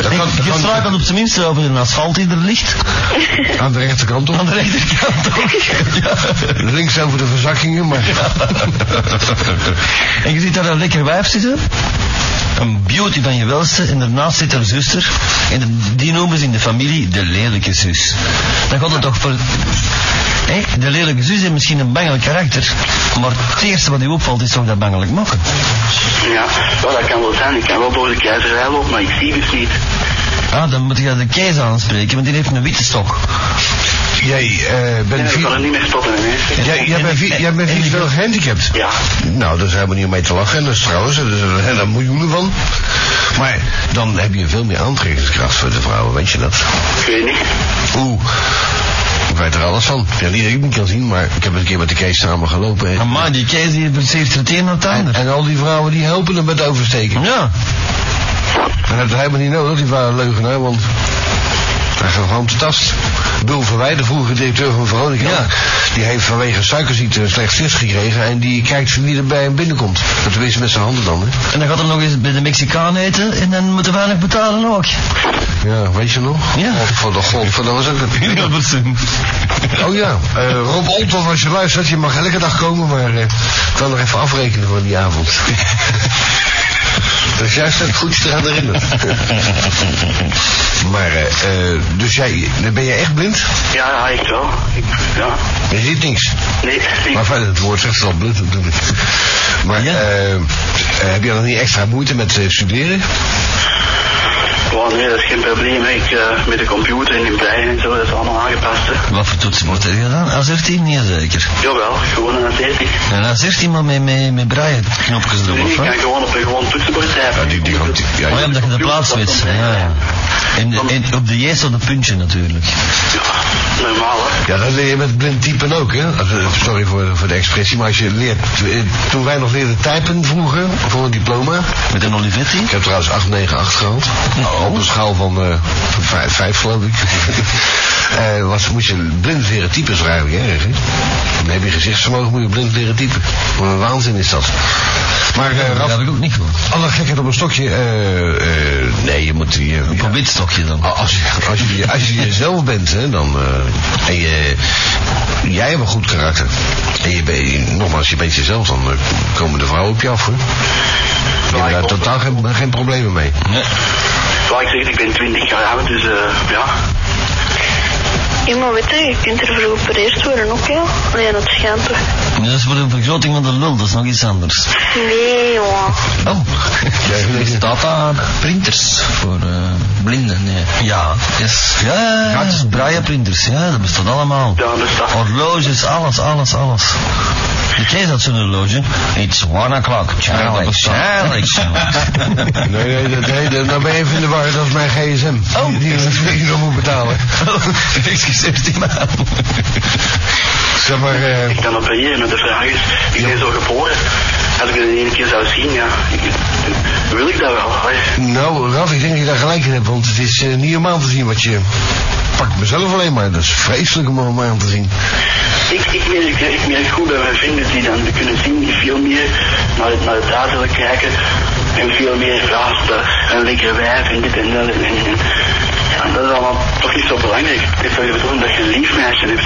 Speaker 2: Dat
Speaker 1: En
Speaker 2: kan-
Speaker 1: Je
Speaker 2: kan-
Speaker 1: struikelt op zijn minst over een asfalt die er ligt.
Speaker 2: *laughs* Aan de rechterkant
Speaker 1: Aan
Speaker 2: toch?
Speaker 1: de rechterkant
Speaker 2: *laughs*
Speaker 1: ook. Ja.
Speaker 2: Links over de verzakkingen, maar...
Speaker 1: En je ziet daar een lekker wijf zitten. Een beauty van je welste. En daarnaast zit haar zuster. En de- die noemen ze in de familie de lelijke zus. Dan gaat het toch voor... Hé, de lelijke zus heeft misschien een bangelijk karakter. Maar het eerste wat u opvalt is toch dat bangelijk mokken.
Speaker 5: Ja, wel, dat kan wel zijn. Ik kan wel boven de keizerij lopen, maar ik zie dus niet.
Speaker 1: Ah, dan moet je de keizer aanspreken, want die heeft een witte stok.
Speaker 2: Jij eh,
Speaker 5: En
Speaker 2: bent
Speaker 5: ik kan er
Speaker 2: vi-
Speaker 5: niet meer stoppen, hè, mensen.
Speaker 2: jij- jij bent vi- jij bent visueel gehandicapt.
Speaker 5: Ja.
Speaker 2: Nou, dat is helemaal niet om mee te lachen. En dat is trouwens, er zijn er miljoenen van. Maar dan heb je veel meer aantrekkingskracht voor de vrouwen, weet je dat?
Speaker 5: Ik weet niet.
Speaker 2: Oeh, ik weet er alles van. Ja, niet dat ik niet kan zien, maar ik heb een keer met de Kees samen gelopen. En,
Speaker 1: Maar die keizer die heeft het een en het
Speaker 2: en,
Speaker 1: ander.
Speaker 2: en al die vrouwen die helpen hem met oversteken.
Speaker 1: Ja.
Speaker 2: En dat is helemaal niet nodig, die waren leugenaar, want hij gaat gewoon te tast. Bul Verwij, de vroegere directeur van Veronica,
Speaker 1: Ja.
Speaker 2: die heeft vanwege suikerziekte een slecht zicht gekregen en die kijkt wie er bij hem binnenkomt. Tenminste met zijn handen dan, hè.
Speaker 1: En dan gaat hij nog eens bij de Mexicaan eten en dan moet hij weinig betalen ook.
Speaker 2: Ja, weet je nog?
Speaker 1: Ja.
Speaker 2: God, voor de god, voor dat was ook
Speaker 1: *laughs*
Speaker 2: een... Oh ja, eh, Rob Olthoff, als je luistert, je mag elke dag komen, maar eh, ik kan nog even afrekenen voor
Speaker 1: *laughs*
Speaker 2: die avond. Dat is juist het goedste
Speaker 1: *laughs*
Speaker 2: eraan herinneren. maar, eh, eh, dus jij, dan ben je echt blind?
Speaker 5: Ja, ja, ik wel. Ik, ja.
Speaker 2: Je ziet niks.
Speaker 5: Nee, ik,
Speaker 2: Maar verder, het woord zegt het al blind natuurlijk. Maar
Speaker 1: Ja.
Speaker 2: eh, eh, heb je dan niet extra moeite met eh, studeren?
Speaker 1: Nou,
Speaker 5: oh, nee, dat is geen probleem. hè. Ik, eh, met de computer en de brein en zo, dat is allemaal aangepast. hè.
Speaker 1: Wat voor toetsenbord heb je gedaan? Ah, A13? Nee, zeker.
Speaker 5: Jawel, gewoon eh, een 30.
Speaker 1: En A16 maar met, met, met braille knopjes erop,
Speaker 5: Nee,
Speaker 1: of
Speaker 5: ik
Speaker 1: wat?
Speaker 5: kan gewoon op een gewoon toetsenbord typen.
Speaker 2: die- die- die- ja,
Speaker 1: Oh ja, omdat je de plaats weet. Ja, ja. En, en op de J staat een puntje natuurlijk.
Speaker 5: Ja, normaal, hè.
Speaker 2: Ja, dat leer je met blind typen ook, hè? Als, eh, Sorry voor, voor de expressie, maar als je leert... eh, Toen wij nog leerden typen vroeger, voor een diploma...
Speaker 1: Met een Olivetti. Oh.
Speaker 2: Ik heb
Speaker 1: *laughs*
Speaker 2: trouwens 898 gehad. Op een schaal van eh 5, geloof ik. eh, was, moest je blind leren typen, is toch eigenlijk erg, hè? Dan heb je gezichtsvermogen, moet je blind leren typen. Wat een waanzin is dat. Maar eh
Speaker 1: Dat
Speaker 2: Ralf,
Speaker 1: heb ik ook niet gehoord.
Speaker 2: alle gekheid op een stokje, eh, eh, nee, je moet die... eh,
Speaker 1: Op een wit stokje dan.
Speaker 2: als je, als je, als je jezelf bent, hè, dan. eh, en je, jij hebt een goed karakter. En je bent, nogmaals, je bent jezelf, dan eh, komen de vrouwen op je af, hoor. Je hebt daar totaal geen, geen problemen mee.
Speaker 1: Nee.
Speaker 5: Zoals ik zeg, ik ben 20 jaar oud, dus eh, ja.
Speaker 4: Ja, maar weet je, je kunt er voor geopereerd worden ook, ja. Alleen dat schijnt toch.
Speaker 1: Dat is voor een vergroting van de lul, dat is nog iets anders.
Speaker 4: Nee, jongen.
Speaker 1: Oh,
Speaker 2: gelijk.
Speaker 1: staat daar printers voor eh, blinden? Nee. Ja, yes. ja, ja, ja. Gaatjes, braille printers, ja, dat bestaat allemaal.
Speaker 5: Ja, dus
Speaker 2: Oh.
Speaker 5: dat-
Speaker 1: Horloges, alles, alles, alles. Ik ken dat zo'n horloge. It's one o'clock.
Speaker 2: Ja, dat
Speaker 1: Charlie,
Speaker 2: bestaat.
Speaker 1: Charlie,
Speaker 2: *laughs*
Speaker 1: Charlie.
Speaker 2: Nee, nee, nee, nee, nee, nou ben je even in de war, dat is mijn gsm.
Speaker 1: Oh.
Speaker 2: Die die ik nog moet *laughs* betalen.
Speaker 1: Oh, Excuseer die maar.
Speaker 2: Zeg maar, eh,
Speaker 5: Ik kan opereren, maar de vraag is, ik ben zo geboren. Als ik het in één keer zou zien, ja, ik- wil ik dat wel? Allee.
Speaker 2: nou, Raf, ik denk dat je daar gelijk in hebt, want het is eh, niet normaal te zien wat je... Pak mezelf alleen maar, dat is vreselijk om allemaal aan te zien.
Speaker 5: Ik, ik, merk, ik merk goed bij mijn vrienden die dan kunnen zien, die veel meer naar het, naar het uiterlijk kijken. En veel meer vragen, een lekker wijf en dit en dat. En, en, en. Ja, dat is allemaal toch niet zo belangrijk. Het is wel bedoeld dat je een lief meisje hebt.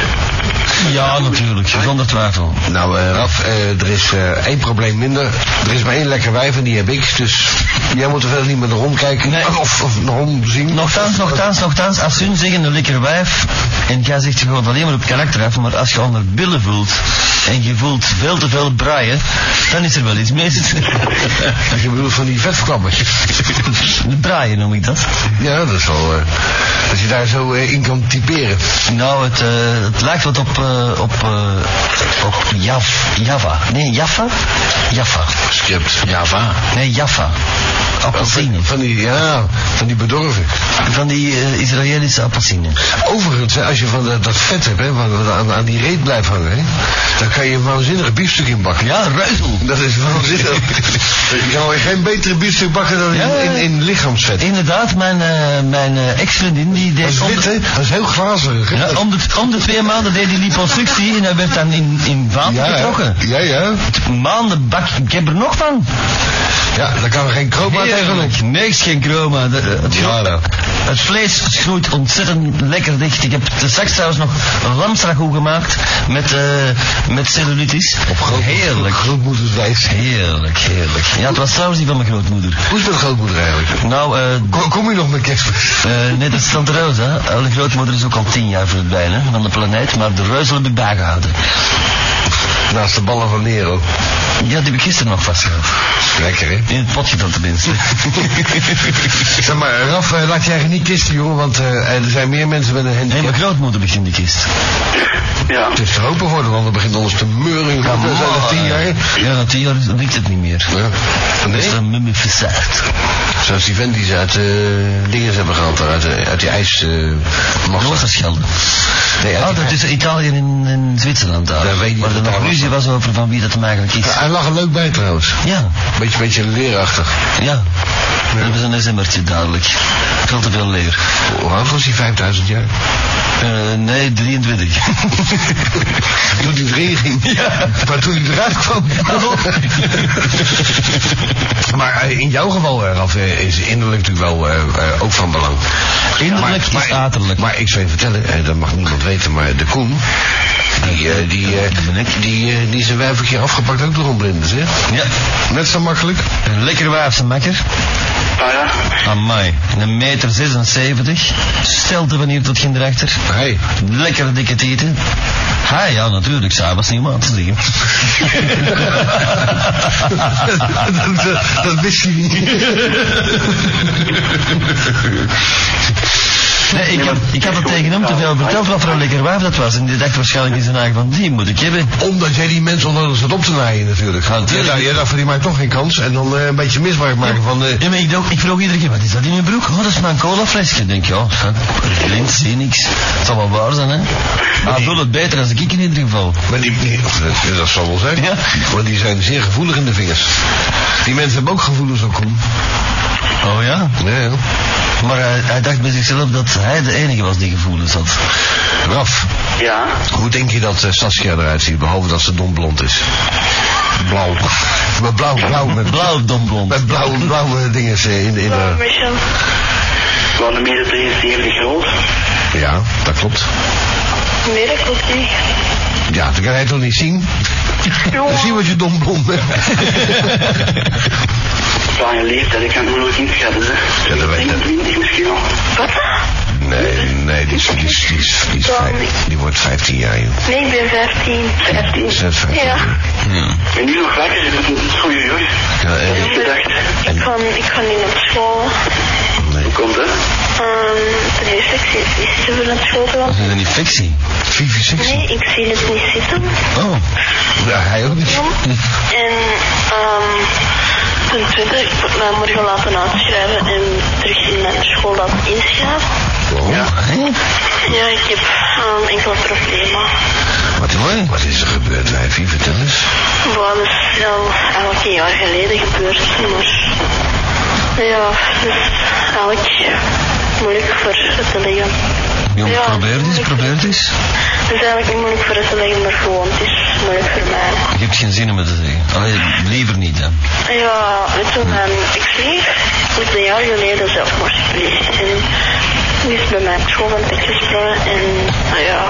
Speaker 1: Ja, natuurlijk, zonder twijfel.
Speaker 2: Nou, eh, Raf, eh, er is eh, één probleem minder. Er is maar één lekker wijf en die heb ik. Dus jij moet er verder niet meer naar omkijken.
Speaker 1: Nee.
Speaker 2: Of, of naar omzien.
Speaker 1: Nochtans, nochtans, nochtans, als hun zeggen een lekker wijf en jij zegt je gewoon alleen maar op karakter af, maar als je onder billen voelt en je voelt veel te veel braaien, dan is er wel iets mis.
Speaker 2: Dus *laughs* je bedoelt van die vetklappers.
Speaker 1: *laughs* braaien noem ik dat.
Speaker 2: Ja, dat is wel... eh, dat je daar zo eh, in kan typeren.
Speaker 1: Nou, het, eh, het lijkt wat op, eh, op, eh, op Jaf, Java. Nee, Jaffa? Jaffa.
Speaker 2: Script.
Speaker 1: Java? Nee, Jaffa. Appelsine.
Speaker 2: Van die, ja, van die bedorven.
Speaker 1: Van die eh, Israëlische appelsine.
Speaker 2: Overigens, hè, als je van dat, dat vet hebt, hè, wat wat aan, aan die reet blijft hangen, hè, dan kan je een waanzinnige biefstuk inbakken.
Speaker 1: Ja, reuzel.
Speaker 2: Dat is
Speaker 1: *laughs*
Speaker 2: waanzinnig. je kan geen betere biefstuk bakken dan in,
Speaker 1: Ja.
Speaker 2: in, in lichaamsvet.
Speaker 1: Inderdaad, mijn, eh, mijn eh, ex-vriendin die
Speaker 2: Dat is
Speaker 1: deed
Speaker 2: wit, hè? Dat is heel glazerig, hè?
Speaker 1: Ja, om, de, om de twee maanden deed hij liposuctie en hij werd dan in, in Vlaanderen getrokken.
Speaker 2: ja, ja.
Speaker 1: Maanden bak, ik heb er nog van.
Speaker 2: Ja, daar kan er geen kroop uit eigenlijk.
Speaker 1: Heerlijk, niks geen chroma. De- het,
Speaker 2: Ja, nou.
Speaker 1: het vlees groeit ontzettend lekker dicht. Ik heb de straks trouwens nog een lamstragoe gemaakt met, eh met cellulitis. heerlijk.
Speaker 2: Grootmoederswijs.
Speaker 1: Heerlijk, heerlijk. Ja, het was trouwens die van mijn grootmoeder.
Speaker 2: Hoe is dat grootmoeder eigenlijk?
Speaker 1: Nou, eh,
Speaker 2: Ko- Kom je nog met kerstmis?
Speaker 1: Eh, nee, dat is Tante Reus, hè. Alle grootmoeder is ook al tien jaar verdwijnen hè, van de planeet, maar de reuzel heb ik bijgehouden.
Speaker 2: Naast de ballen van Nero.
Speaker 1: Ja, die heb ik gisteren nog vastgehouden.
Speaker 2: Lekker, hè?
Speaker 1: In het potje dan tenminste.
Speaker 2: *laughs* Zeg maar, Raf, eh, laat je eigen niet kisten, jongen, want eh, er zijn meer mensen met een
Speaker 1: Nee,
Speaker 2: handicap.
Speaker 1: mijn grootmoeder ligt in die kist.
Speaker 5: Ja,
Speaker 2: Het is te hopen worden, want het begint ons te meuren. We zijn er tien jaar.
Speaker 1: Ja, na tien jaar lukt het niet meer.
Speaker 2: Ja.
Speaker 1: Dat is
Speaker 2: Nee?
Speaker 1: dan mummificeerd.
Speaker 2: Zoals die vent die ze uit eh dingen hebben gehaald, daar, uit, eh, uit die ijs... eh, massa.
Speaker 1: Roosterschelde.
Speaker 2: nee, uit
Speaker 1: Oh,
Speaker 2: die
Speaker 1: dat is Italië en, en Zwitserland daar.
Speaker 2: Daar weet je
Speaker 1: Waar de
Speaker 2: wat daar
Speaker 1: conclusie was over van wie dat hem eigenlijk is.
Speaker 2: Hij lag er leuk bij trouwens.
Speaker 1: Ja,
Speaker 2: Beetje, beetje leerachtig.
Speaker 1: ja. Dat is een sm'ertje duidelijk. Veel te veel leer.
Speaker 2: Hoe oud was hij? 5000 jaar?
Speaker 1: Eh, nee, 23.
Speaker 2: *laughs* Toen hij erin ging. Maar toen hij eruit
Speaker 1: *laughs*
Speaker 2: kwam. maar eh, in jouw geval, eh, Raf, eh, is innerlijk natuurlijk wel eh, eh, ook van belang.
Speaker 1: Innerlijk is uiterlijk.
Speaker 2: Maar ik zou je vertellen, eh, dat mag niemand weten, maar de Koen... Die, eh, die, eh,
Speaker 1: Dat ben ik.
Speaker 2: die, eh, die is een wijf een keer afgepakt ook door een blinde, zeg.
Speaker 1: ja.
Speaker 2: Net zo makkelijk.
Speaker 1: Een lekker waafse makker.
Speaker 5: ah ja.
Speaker 1: Amai. Een meter 76. Stelte wanneer tot geen erachter.
Speaker 2: Hey.
Speaker 1: Lekkere dikke tieten. Ha, ja, natuurlijk. S'avonds niet om aan te zeggen.
Speaker 2: dat, dat- *laughs* dat wist hij niet.
Speaker 1: Nee, ik, had, ik had het tegen hem te veel verteld wat voor een lekker waaf dat was. En die dacht waarschijnlijk in zijn eigen van, die moet ik hebben.
Speaker 2: Omdat jij die mensen onnodig zat op te naaien natuurlijk. Ja,
Speaker 1: natuurlijk.
Speaker 2: Jij, jij dacht van die maakt toch geen kans. En dan eh, een beetje misbruik maken van... eh,
Speaker 1: Ja, maar ik, dacht- ik vroeg iedere keer, wat is dat in mijn broek? Oh, dat is mijn colaflesje. Ik denk, ja, lint, zie niks. Het zal wel waar zijn, hè. Maar doet het beter als ik in ieder geval.
Speaker 2: maar die, die- dat, dat zal wel zijn.
Speaker 1: Ja.
Speaker 2: Want die zijn zeer gevoelig in de vingers. Die mensen hebben ook gevoelens ook om.
Speaker 1: Oh ja?
Speaker 2: Ja, ja.
Speaker 1: Maar hij, hij dacht bij zichzelf dat hij de enige was die gevoelens had.
Speaker 2: Raf,
Speaker 5: Ja,
Speaker 2: hoe denk je dat eh, Saskia eruit ziet, behalve dat ze domblond is? Blauw. Maar blauw, blauw, met,
Speaker 1: Blauw domblond.
Speaker 2: met blauwe, blauwe dingen eh, in, in
Speaker 4: Nou,
Speaker 2: haar...
Speaker 4: Michel.
Speaker 5: van de meter 73 groot.
Speaker 2: Ja, dat klopt.
Speaker 4: Nee, dat klopt niet.
Speaker 2: Ja, dat kan hij toch niet zien?
Speaker 4: Jongen.
Speaker 2: Zie wat je
Speaker 1: *laughs*
Speaker 2: domblond bent.
Speaker 5: Van je leeftijd, ik kan het moeilijk inschatten. dus, Hè.
Speaker 2: Ja, dat weet ik.
Speaker 5: 21 misschien al.
Speaker 2: Nee, nee, die is, die is, die is, die is vijf- die wordt 15 jaar, joh.
Speaker 4: Nee, ik ben 15. 15?
Speaker 2: Zet 15
Speaker 4: Ja.
Speaker 2: jaar.
Speaker 5: Ik ben nu nog wakker, dat is een goede jongen.
Speaker 2: Ja, eh, en-
Speaker 5: Ik dacht,
Speaker 4: Ik kan, ik kan niet naar school.
Speaker 5: hoe komt dat?
Speaker 4: Ehm, ten eerste, ik zie het niet zitten voor naar school te gaan.
Speaker 1: Is dat niet fictie?
Speaker 2: Vivi Sixty.
Speaker 4: Nee, ik zie het niet zitten.
Speaker 2: Oh. Ja, hij ook dus. niet.
Speaker 4: En ehm, ten tweede, ik moet mij morgen laten uitschrijven en terug in mijn school laten inschrijven.
Speaker 2: Ja.
Speaker 4: Ja, ik heb ehm, enkele problemen.
Speaker 2: Wat, wat is er gebeurd, wijfie? Vertel eens.
Speaker 4: Wat dat is al eigenlijk een jaar geleden gebeurd, maar ja, dat is eigenlijk moeilijk voor het te leggen.
Speaker 1: Jong,
Speaker 4: Ja.
Speaker 1: probeer het eens, probeer het eens.
Speaker 4: Het is eigenlijk niet moeilijk voor het te leggen, maar gewoon, het is moeilijk voor mij.
Speaker 1: Je hebt geen zin om het te zeggen. Allee, liever niet, hè.
Speaker 4: Ja, weet je, mijn ex-vriend moest een jaar geleden zelfmoord gepleegd. En die is bij mij op school van tekst gesprongen en nou ja,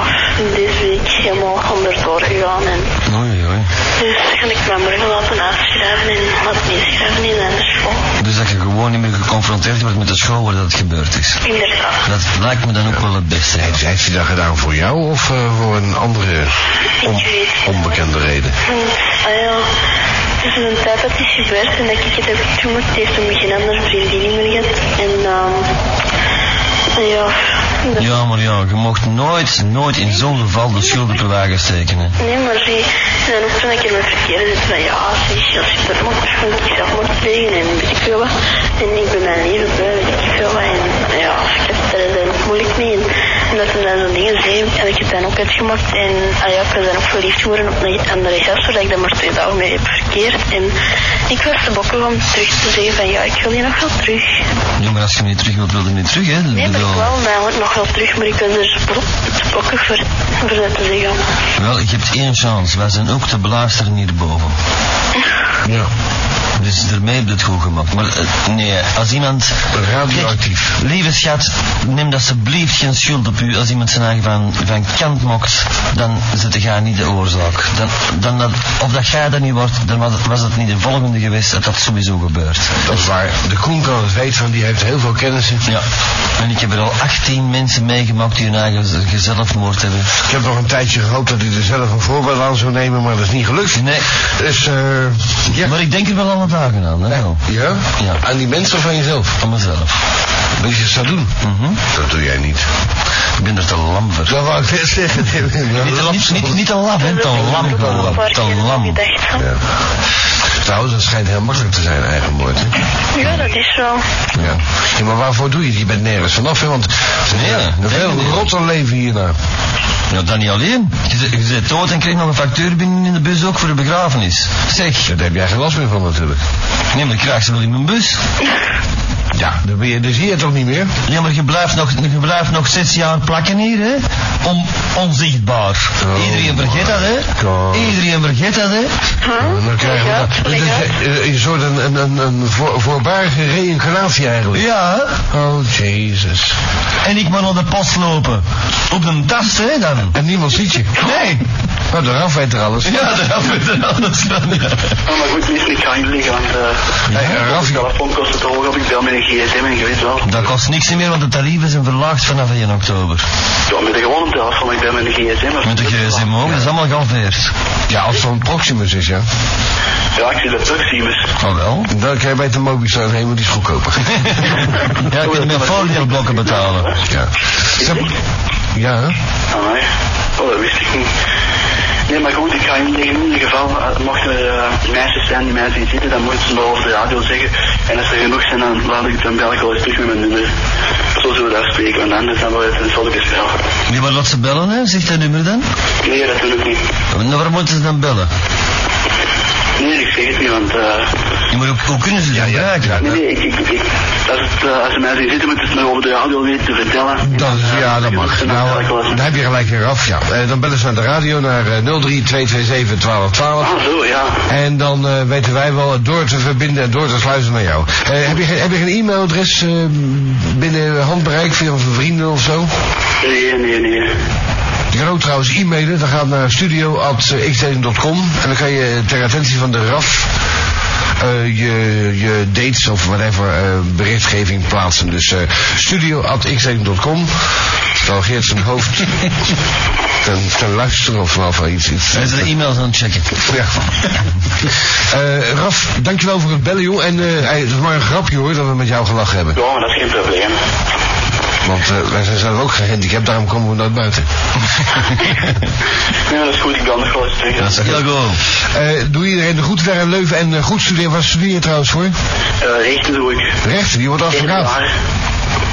Speaker 4: deze week helemaal onderdoor gegaan. En
Speaker 1: Oei, oei.
Speaker 4: dus ga ik mij morgen laten afschrijven en laten inschrijven in een school.
Speaker 1: Dus dat je gewoon niet meer geconfronteerd wordt met de school waar dat gebeurd is.
Speaker 4: Inderdaad.
Speaker 1: Dat lijkt me dan ook wel het beste. ja.
Speaker 2: Heeft, heeft hij dat gedaan voor jou of eh, voor een andere on-
Speaker 4: Ik weet het
Speaker 2: onbekende reden?
Speaker 4: niet. Ah ja, het is een tijd dat het is gebeurd en dat ik het heb toegemaakt heeft om geen andere vriendin meer gehad. En ehm, ja, dat-
Speaker 1: Ja, maar ja, je mocht nooit, nooit in zo'n geval de schulden per wagen steken. Hè.
Speaker 4: Nee, maar die zijn ook toen ik in mijn verkeerde zit van ja, zeg, als ik dat moet, dan moet ik zelfmoord plegen en weet ik veel wat. En ik ben mijn leven beu, weet ik veel wat. En ja, ik heb het eh, dan ook moeilijk mee. En, en dat ze dan zo'n dingen zei, heb ik het dan ook uitgemaakt. En ah ja, ik ben dan ook verliefd geworden op een andere gast, waar ik dan maar twee dagen mee heb verkeerd. En ik was te bokken om terug te zeggen van ja, ik wil die nog wel terug.
Speaker 1: Ja, maar als je hem niet terug wilt, wil je hem niet terug, hè.
Speaker 4: Nee,
Speaker 1: Ik
Speaker 4: dat
Speaker 1: bedoel,
Speaker 4: ik wel, maar ook nog wel terug, maar ik ben er te bokken voor, voor dat te zeggen.
Speaker 1: wel, je hebt één chance. Wij zijn ook te beluisteren hierboven.
Speaker 2: Ja.
Speaker 1: Dus daarmee heb je het goed gemaakt. Maar eh, nee, als iemand...
Speaker 2: Radioactief.
Speaker 1: Kijk, lieve schat, neem alsjeblieft geen schuld op u. Als iemand zijn eigen van, van kant mokt, dan zit jij niet de oorzaak. Dan, dan dat, of dat jij dat niet wordt, dan was, was het niet de volgende geweest dat dat sowieso gebeurt.
Speaker 2: Dat is waar. De Koen kan het weten, want die heeft heel veel kennis. Ik
Speaker 1: Ja, en ik heb er al 18 mensen meegemaakt die hun eigen z- gezelfmoord hebben.
Speaker 2: heb nog een tijdje gehoopt dat hij er zelf een voorbeeld aan zou nemen, maar dat is niet gelukt.
Speaker 1: Nee,
Speaker 2: Dus, eh ja.
Speaker 1: maar ik denk er wel alle dagen aan, hè? wel.
Speaker 2: Ja?
Speaker 1: Ja.
Speaker 2: Aan die mensen van jezelf.
Speaker 1: Aan mezelf.
Speaker 2: Dat je het zou doen.
Speaker 1: Mhm.
Speaker 2: Dat doe jij niet.
Speaker 1: Ik
Speaker 2: dus
Speaker 1: ben er te lam voor.
Speaker 2: Dat wou ik net *laughs* zeggen.
Speaker 1: Niet, niet, niet, niet te lam, hè? Te lam,
Speaker 4: Een
Speaker 1: gewoon.
Speaker 4: paar
Speaker 1: Te
Speaker 4: keer heb ik
Speaker 1: lam.
Speaker 4: gedacht van,
Speaker 2: Ja. Trouwens, dat schijnt heel makkelijk te zijn, eigen moord. Hè?
Speaker 4: Ja, dat is wel.
Speaker 2: Ja. ja, maar waarvoor doe je het? Je bent nergens vanaf, hè? Want
Speaker 1: Ja,
Speaker 2: ja,
Speaker 1: dat
Speaker 2: veel
Speaker 1: denk ik.
Speaker 2: rotte leven hierna.
Speaker 1: Ja, dat niet alleen. Je zit- Je zit dood en kreeg nog een factuur binnen in de bus ook voor de begrafenis. Zeg,
Speaker 2: Daar heb jij geen last meer van, natuurlijk.
Speaker 1: nee, maar ik krijg ze wel in mijn
Speaker 4: *laughs*
Speaker 1: bus.
Speaker 2: Ja, dan ben je dus hier toch niet meer?
Speaker 1: Ja, maar je blijft nog, je blijft nog zes jaar plakken hier, hè? Om, onzichtbaar.
Speaker 2: Oh,
Speaker 1: Iedereen vergeet dat, hè?
Speaker 2: God.
Speaker 1: Iedereen vergeet dat, hè?
Speaker 2: En dan krijgen we
Speaker 4: Ja,
Speaker 2: dat. Dus,
Speaker 4: lekker.
Speaker 2: eh, eh, een soort een, een, een, een voor, voorbarige reïncarnatie eigenlijk.
Speaker 1: Ja,
Speaker 2: Oh, Jezus.
Speaker 1: en ik moet naar de post lopen. Op de tas, hè, dan?
Speaker 2: En niemand ziet je.
Speaker 1: Nee!
Speaker 2: Nou, de Raf weet er alles.
Speaker 1: Ja, dat had ik er anders van. ja.
Speaker 5: Oh, maar goed, meestal ik ga inleggen, want eh
Speaker 2: Hey, eh,
Speaker 5: als
Speaker 2: Raf,
Speaker 5: de telefoon kost het hoog op, ik bel met een gsm en je weet wel.
Speaker 1: Dat kost niks meer, want de tarieven zijn verlaagd vanaf 1 oktober.
Speaker 5: Ja, met een gewone telefoon, ik bel met een gsm. maar-
Speaker 1: Met de gsm ook, eh, dat is allemaal gehalveerd.
Speaker 2: ja, als het van Proximus is, ja.
Speaker 5: Ja, ik zie dat Proximus.
Speaker 1: Oh wel.
Speaker 2: Dan kan je bij de Mobistar heen, want die is goedkoper.
Speaker 1: *laughs* Ja, ik wil mijn voordeelblokken betalen.
Speaker 2: ja. Ze- Ja, hè?
Speaker 5: Ah, nee. Oh, dat wist ik niet. Nee, maar goed, ik ga inleggen in ieder geval. eh, Mochten er eh, meisjes zijn die mij zien zitten, dan moeten ze me over de radio zeggen. En als er genoeg zijn, dan, laat ik, dan bel ik wel eens terug met mijn nummer. Zo zullen we daar spreken, want anders dan wordt het een solke spel.
Speaker 1: Ja, maar laat ze bellen, hè? Zegt dat nummer dan?
Speaker 5: Nee, dat doe ik niet.
Speaker 1: Nou, waarom moeten ze dan bellen?
Speaker 5: Nee, ik zeg het niet, want eh,
Speaker 1: Ja, maar hoe, hoe kunnen ze dat gebruiken?
Speaker 5: Nee, nee, ik, ik, ik, als, het, eh, als ze mij zien zitten met het me over de radio weten te vertellen.
Speaker 2: Dat is- ja, dat
Speaker 5: dan
Speaker 2: mag.
Speaker 5: kan
Speaker 2: Nou,
Speaker 5: ik wel eens-
Speaker 2: dan heb je gelijk weer af, ja. Eh, dan bellen ze naar de radio naar eh, 03 227 1212.
Speaker 5: Ah, zo, ja.
Speaker 2: En dan eh, weten wij wel het door te verbinden en door te sluizen naar jou. Eh, heb, je, geen- heb je geen e-mailadres eh, binnen handbereik via van vrienden of zo?
Speaker 5: Nee, nee, nee.
Speaker 2: Je kan ook trouwens e-mailen. Dan gaat naar eh, studio.xtn.com. En dan kan je eh, ter attentie van de RAF eh, je, je dates of whatever eh, berichtgeving plaatsen. Dus eh studio.xtn.com. Terwijl Geert zijn
Speaker 1: *laughs*
Speaker 2: hoofd ten, ten luisteren of vanaf iets. iets
Speaker 1: Zijn ze de e-mails aan het checken?
Speaker 2: ja. Eh, Raf, dankjewel voor het bellen, joh. En eh, hey, het is maar een grapje, hoor, dat we met jou gelachen hebben.
Speaker 5: Ja, maar dat is geen probleem.
Speaker 2: Want eh, wij zijn zelf ook gehandicapt, daarom komen we nooit buiten.
Speaker 5: Nee, maar dat is goed, ik ben nog wel eens terug.
Speaker 1: Dat is heel goed.
Speaker 2: Eh, doe iedereen de groeten daar in Leuven en eh, goed studeren. Wat studeer je trouwens voor?
Speaker 5: Eh, rechten doe ik.
Speaker 2: Rechten, die wordt advocaat.
Speaker 5: Waar?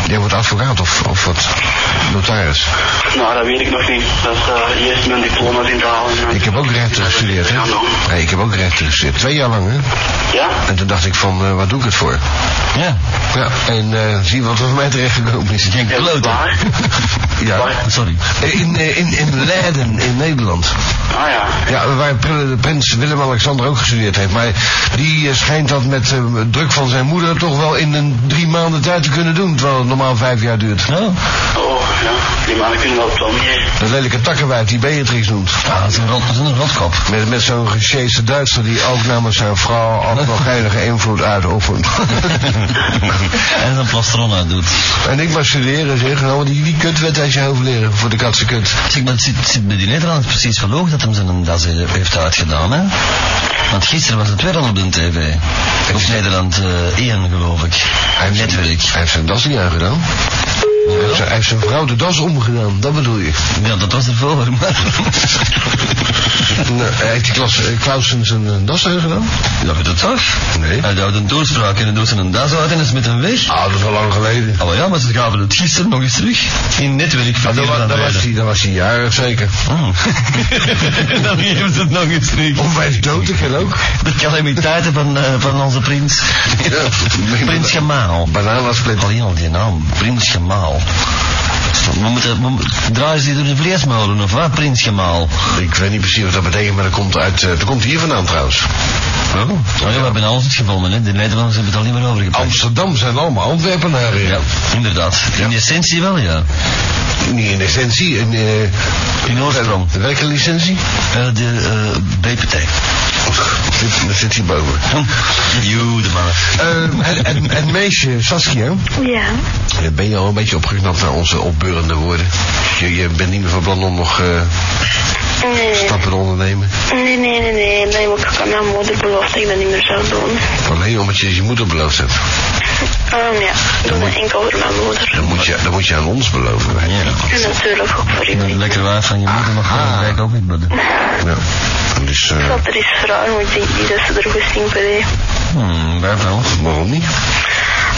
Speaker 2: Jij wordt advocaat of, of wat? Notaris.
Speaker 5: Nou, dat weet ik nog niet. Dat is eh, eerst mijn diploma's in te halen.
Speaker 2: Ik heb ook rechten gestudeerd, hè?
Speaker 5: Ja, nou.
Speaker 2: Nee, ik heb ook rechten gestudeerd. Twee jaar lang, hè?
Speaker 5: Ja?
Speaker 2: En toen dacht ik van, eh, waar doe ik het voor?
Speaker 1: Ja,
Speaker 2: Ja, en eh, zie wat er voor mij terechtgekomen is.
Speaker 1: geen
Speaker 5: Ja,
Speaker 1: klote.
Speaker 5: Waar?
Speaker 2: *laughs* Ja.
Speaker 1: Sorry.
Speaker 2: In, eh, in, in Leiden, in Nederland.
Speaker 5: Ah ja.
Speaker 2: Ja, waar pr- de prins Willem-Alexander ook gestudeerd heeft. Maar die eh, schijnt dat met eh, druk van zijn moeder toch wel in een drie maanden tijd te kunnen doen. Terwijl het normaal vijf jaar duurt.
Speaker 1: Oh,
Speaker 5: Oh, ja. Die mannen kunnen wel wel meer.
Speaker 2: Dat lelijke takkenwijf die Beatrix noemt.
Speaker 1: ah, dat is een, rot, dat is een rotkop.
Speaker 2: Met, met zo'n gecheeste Duitser die ook namens zijn vrouw ook nog enige invloed *laughs* uitoefent.
Speaker 1: *laughs* en zijn plastron uit doet.
Speaker 2: en ik maar studeren zeg, nou die, die kutwet uit je hoofd leren voor de katse kut.
Speaker 1: Zeg, maar het zit, zit bij die Nederlanders precies gelogen dat hem zijn das heeft uitgedaan, hè? Want gisteren was het weer al op de tv. Op Nederland eh 1, geloof ik. Netwerk.
Speaker 2: Hij heeft zijn das niet aangedaan. Hij heeft zijn- Hij heeft zijn vrouw de das omgedaan, dat bedoel je.
Speaker 1: Ja, dat was ervoor,
Speaker 2: *laughs*
Speaker 1: maar...
Speaker 2: Nou, heeft die Klaus, eh, Klausen zijn eh, das aangedaan?
Speaker 1: Ja, weet dat toch?
Speaker 2: Nee.
Speaker 1: Hij houdt een toespraak en hij doet zijn das uit en is met hem weg.
Speaker 2: Ah, dat is al lang geleden.
Speaker 1: Oh ja, maar ze gaven het gisteren nog eens terug. In netwerk
Speaker 2: Ah,
Speaker 1: van
Speaker 2: dan, wa- dan was hij, dan was hij jarig zeker.
Speaker 1: Oh. *laughs* Dan geven ze het nog eens terug.
Speaker 2: Of hij is dood, ik kan ook.
Speaker 1: De calamiteiten van, eh, van onze prins.
Speaker 2: Ja,
Speaker 1: prins Gemaal.
Speaker 2: Bananasplit.
Speaker 1: Alleen al die naam, Prins Gemaal. We moeten, we, moeten- draaien ze die door de vleesmolen of wat, Prins Gemaal?
Speaker 2: Ik weet niet precies wat dat betekent, maar dat komt, uit, eh, dat komt hier vandaan trouwens.
Speaker 1: Oh, ja, we hebben alles het gevonden, hè. de Nederlanders hebben het al niet meer overgepakt.
Speaker 2: Amsterdam zijn allemaal Antwerpenaren.
Speaker 1: ja, inderdaad. In essentie wel, ja.
Speaker 2: Niet in essentie, in, eh,
Speaker 1: In oorsprong.
Speaker 2: welke licentie?
Speaker 1: Eh, de eh, BPT.
Speaker 2: Dit- Dat zit hier boven.
Speaker 1: Joe, Hm. de mannen.
Speaker 2: Eh, het, het- het meisje Saskia,
Speaker 4: Ja.
Speaker 2: eh, ben je al een beetje opgeknapt naar onze opbeurende woorden? Je, je bent niet meer van plan om nog eh,
Speaker 4: Nee,
Speaker 2: stappen te ondernemen?
Speaker 4: nee, nee, nee, nee. Maar ik heb aan mijn moeder beloofd dat ik dat niet meer zou doen.
Speaker 2: Alleen omdat je je moeder beloofd hebt.
Speaker 4: Um, ja, ik doe dat enkel voor mijn moeder.
Speaker 2: Dat moet je, dat moet je aan ons beloven. Wij-
Speaker 1: Ja.
Speaker 4: En natuurlijk ook voor
Speaker 1: Een
Speaker 4: jullie.
Speaker 1: lekker waard van je moeder nog
Speaker 2: Aha.
Speaker 1: wel kijk ook niet budden.
Speaker 2: Ja. Dus eh,
Speaker 4: Dat er is vrouwen, maar ik denk niet dat ze er goesting voor heeft.
Speaker 1: Hmm, waar wel?
Speaker 2: waarom niet?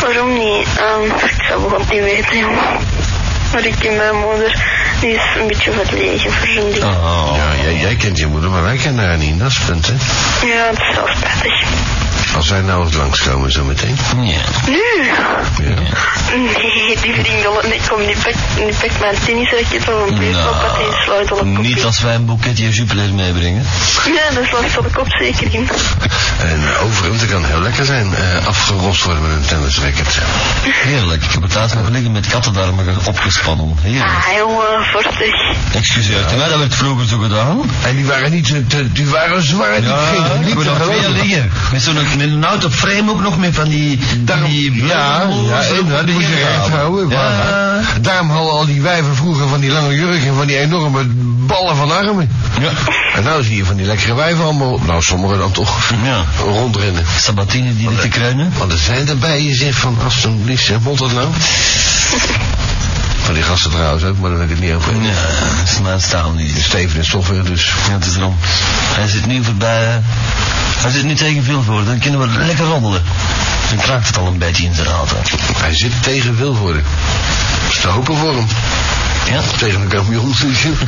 Speaker 4: Waarom niet? Ehm, ik zou het gewoon niet weten. joh. Maar ik ken mijn moeder, die is een beetje verlegen voor zo'n
Speaker 2: Ah.
Speaker 4: ding.
Speaker 1: Oh.
Speaker 2: Ja, jij, jij kent je moeder, maar wij kennen haar niet. Dat is het punt, hè?
Speaker 4: Ja, het is wel spijtig.
Speaker 2: Als wij nou eens langskomen zo meteen.
Speaker 1: Ja.
Speaker 4: Nu?
Speaker 2: Ja.
Speaker 4: Nee, die vriend wil het niet. Kom, die pakt, die pakt mijn tennisraket of een baseballpad en sluit al op kop.
Speaker 1: Nou, niet als wij een boeketje Jupiler meebrengen.
Speaker 4: Ja, dat slaat op de kop zeker in.
Speaker 2: En eh, overigens, dat kan heel lekker zijn. eh afgerost worden met een tennisracket.
Speaker 1: Heerlijk. Ik heb het laatst nog liggen met kattendarmen ge- opgespannen. Heerlijk.
Speaker 4: Ah, jongen, voortig.
Speaker 1: Excuseert u mij, dat werd vroeger zo gedaan.
Speaker 2: En die waren niet, eh, te- die waren zwaar. Die gingen
Speaker 1: ik
Speaker 2: niet
Speaker 1: heb er
Speaker 2: te
Speaker 1: nog twee
Speaker 2: geloven.
Speaker 1: liggen. Met zo'n met een auto frame ook nog met van die... Van die
Speaker 2: Ja, ja, inderdaad, die moet je recht houden.
Speaker 1: Ja.
Speaker 2: maar- Daarom hadden al die wijven vroeger van die lange jurk en van die enorme ballen van armen.
Speaker 1: Ja.
Speaker 2: En nou zie je van die lekkere wijven allemaal, nou sommigen dan toch,
Speaker 1: Ja.
Speaker 2: rondrennen.
Speaker 1: Sabatini die niet te kruinen.
Speaker 2: Want er zijn erbij, je zegt van alsjeblieft, zeg, moet dat nou? Van die gasten trouwens ook, maar daar wil ik het niet over hebben.
Speaker 1: Ja, dat is mijn staal niet.
Speaker 2: Steven is toch weer dus.
Speaker 1: Ja, het is erom. Hij zit nu voorbij. eh, Hij zit nu tegen Vilvoorde. Dan kunnen we lekker roddelen. Dan kraakt het al een beetje in zijn auto.
Speaker 2: Hij zit tegen Wilvoorde. Dat is te hopen voor hem.
Speaker 1: Ja.
Speaker 2: Tegen een kampioen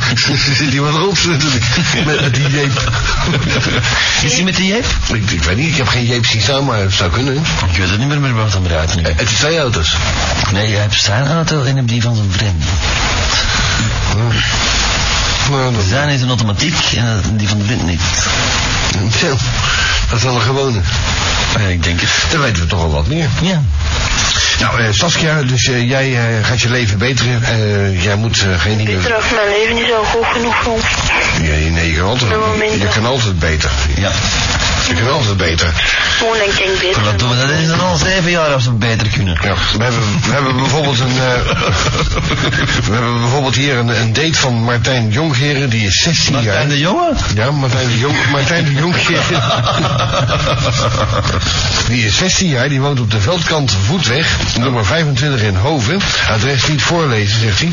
Speaker 2: *laughs* zit iemand rond natuurlijk. Met, met die jeep.
Speaker 1: Is die met de jeep?
Speaker 2: ik, ik weet niet, ik heb geen jeep zien staan, maar het zou kunnen.
Speaker 1: Ik weet het niet meer, maar wat hem eruit nu.
Speaker 2: Eh, Het is twee auto's.
Speaker 1: Nee, je hebt zijn auto en hebt die van zijn *laughs* vriend.
Speaker 2: Nou, dat,
Speaker 1: Zijn is een automatiek en eh, die van de vriend niet.
Speaker 2: Zo, dat is wel een gewone.
Speaker 1: ik denk het.
Speaker 2: Dan weten we toch al wat meer.
Speaker 1: Ja.
Speaker 2: Nou, eh, Saskia, dus eh, jij eh, gaat je leven beteren. Eh, jij moet eh, geen
Speaker 4: Ik
Speaker 2: nieuwe...
Speaker 4: draag mijn leven niet al goed genoeg rond.
Speaker 2: Nee, nee, je kan altijd,
Speaker 4: Een moment,
Speaker 2: je
Speaker 4: ja.
Speaker 2: kan altijd beter.
Speaker 1: Ja.
Speaker 2: Je kan altijd beter.
Speaker 4: Gewoon dan kan ik beter.
Speaker 1: Wat doen we? Dat is dan al zeven jaar als we beter kunnen.
Speaker 2: Ja, we hebben, we hebben bijvoorbeeld een... eh, we hebben bijvoorbeeld hier een, een date van Martijn Jongheren, die is 16 jaar.
Speaker 1: Martijn de Jonge?
Speaker 2: Ja, Martijn de Jong. Martijn de Jongheren. Die is 16 jaar, die woont op de Veldkant Voetweg, nummer 25 in Hoven. Adres niet voorlezen, zegt hij.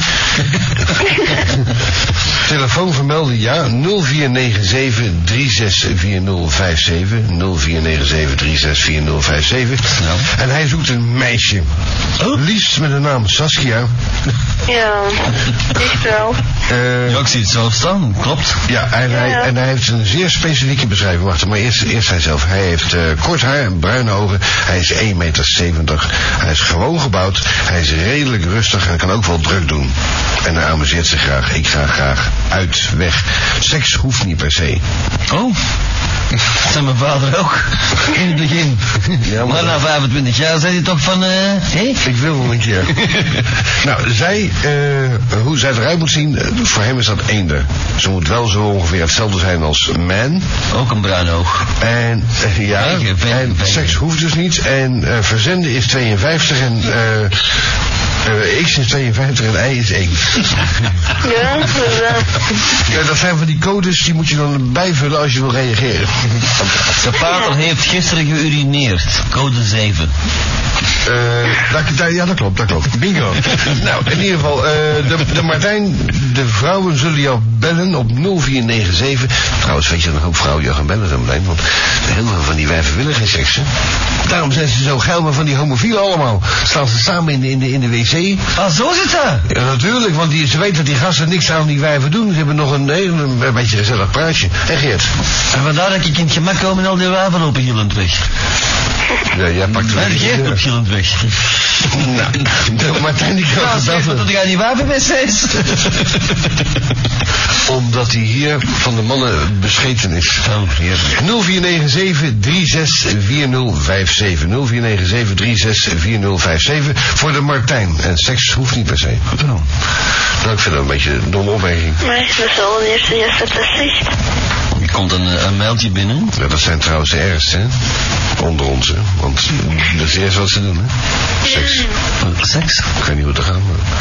Speaker 2: Telefoon vermelden, ja, 0497 364057. 0497 364057. En hij zoekt een meisje.
Speaker 1: Oh.
Speaker 2: Liefst met de naam Saskia.
Speaker 4: Ja, echt wel.
Speaker 2: Eh,
Speaker 1: Ja, ik zie het zelf staan, klopt.
Speaker 2: ja, en, Hij,
Speaker 4: Ja.
Speaker 2: en hij heeft een zeer specifieke beschrijving. Wacht, maar eerst, eerst hij zelf. Hij heeft eh, kort haar en bruine ogen. Hij is 1,70 meter. Hij is gewoon gebouwd. Hij is redelijk rustig en kan ook wel druk doen. En hij amuseert zich graag. Ik ga graag uit, weg. Seks hoeft niet per se.
Speaker 1: *laughs* Oh. Dat zei mijn vader ook. *laughs* In het begin.
Speaker 2: Ja, maar-
Speaker 1: maar, na 25 jaar zei hij toch van, eh, hé?
Speaker 2: Ik wil nog een keer. nou, zij, eh, hoe zij eruit moet zien, eh, voor hem is dat eender. Ze moet wel zo ongeveer hetzelfde zijn als man.
Speaker 1: Ook een bruin oog.
Speaker 2: En eh, ja,
Speaker 1: Vegen, vegen,
Speaker 2: en
Speaker 1: vegen.
Speaker 2: seks hoeft dus niet. En eh, verzenden is 52 en eh, eh, X is 52 en Y is 1.
Speaker 4: Ja, inderdaad.
Speaker 2: Ja, dat zijn van die codes, die moet je dan bijvullen als je wil reageren.
Speaker 1: De pater heeft gisteren geurineerd. Code 7.
Speaker 2: Eh, dat, dat- ja, dat klopt, dat klopt. Bingo. *laughs* nou, in ieder geval, eh, de, de Martijn, de vrouwen zullen jou bellen op 0497. Trouwens, weet je, dat een hoop vrouwen jou gaan bellen zo meteen, want heel veel van die wijven willen geen seks, hè? Daarom zijn ze zo geil, maar van die homofielen allemaal. Staan ze samen in de, in de, in de wc.
Speaker 1: Ah, zo zit dat.
Speaker 2: Ja, natuurlijk, want die, ze weten dat die gasten niks aan die wijven doen. Ze hebben nog een, een, een beetje gezellig praatje. Hé Geert?
Speaker 1: En vandaar dat ik in het gemak kom en al die waven lopen gillend weg.
Speaker 2: Ja, jij pakt
Speaker 1: En Geert loopt gillend weg.
Speaker 2: *laughs* Nou, Martijn die kan
Speaker 1: Ja, zeg maar dat
Speaker 2: gebeld worden.
Speaker 1: ik aan die wapen wc is. *laughs*
Speaker 2: Omdat hij hier van de mannen bescheten is.
Speaker 1: Oh, heerlijk.
Speaker 2: 0497 364057. 0497 364057 voor de Martijn. En seks hoeft niet per se. Nou, ik vind dat een beetje een domme opmerking.
Speaker 4: Maar dat is wel de eerste eerste dat zegt.
Speaker 1: Er komt een, eh, een mailtje binnen.
Speaker 2: Ja, dat zijn trouwens de ergste, hè? Onder ons, hè? Want dat is eerst wat ze doen, hè? Seks.
Speaker 1: Eh, Seks. Dus
Speaker 2: Ik weet niet hoe het gaat, maar...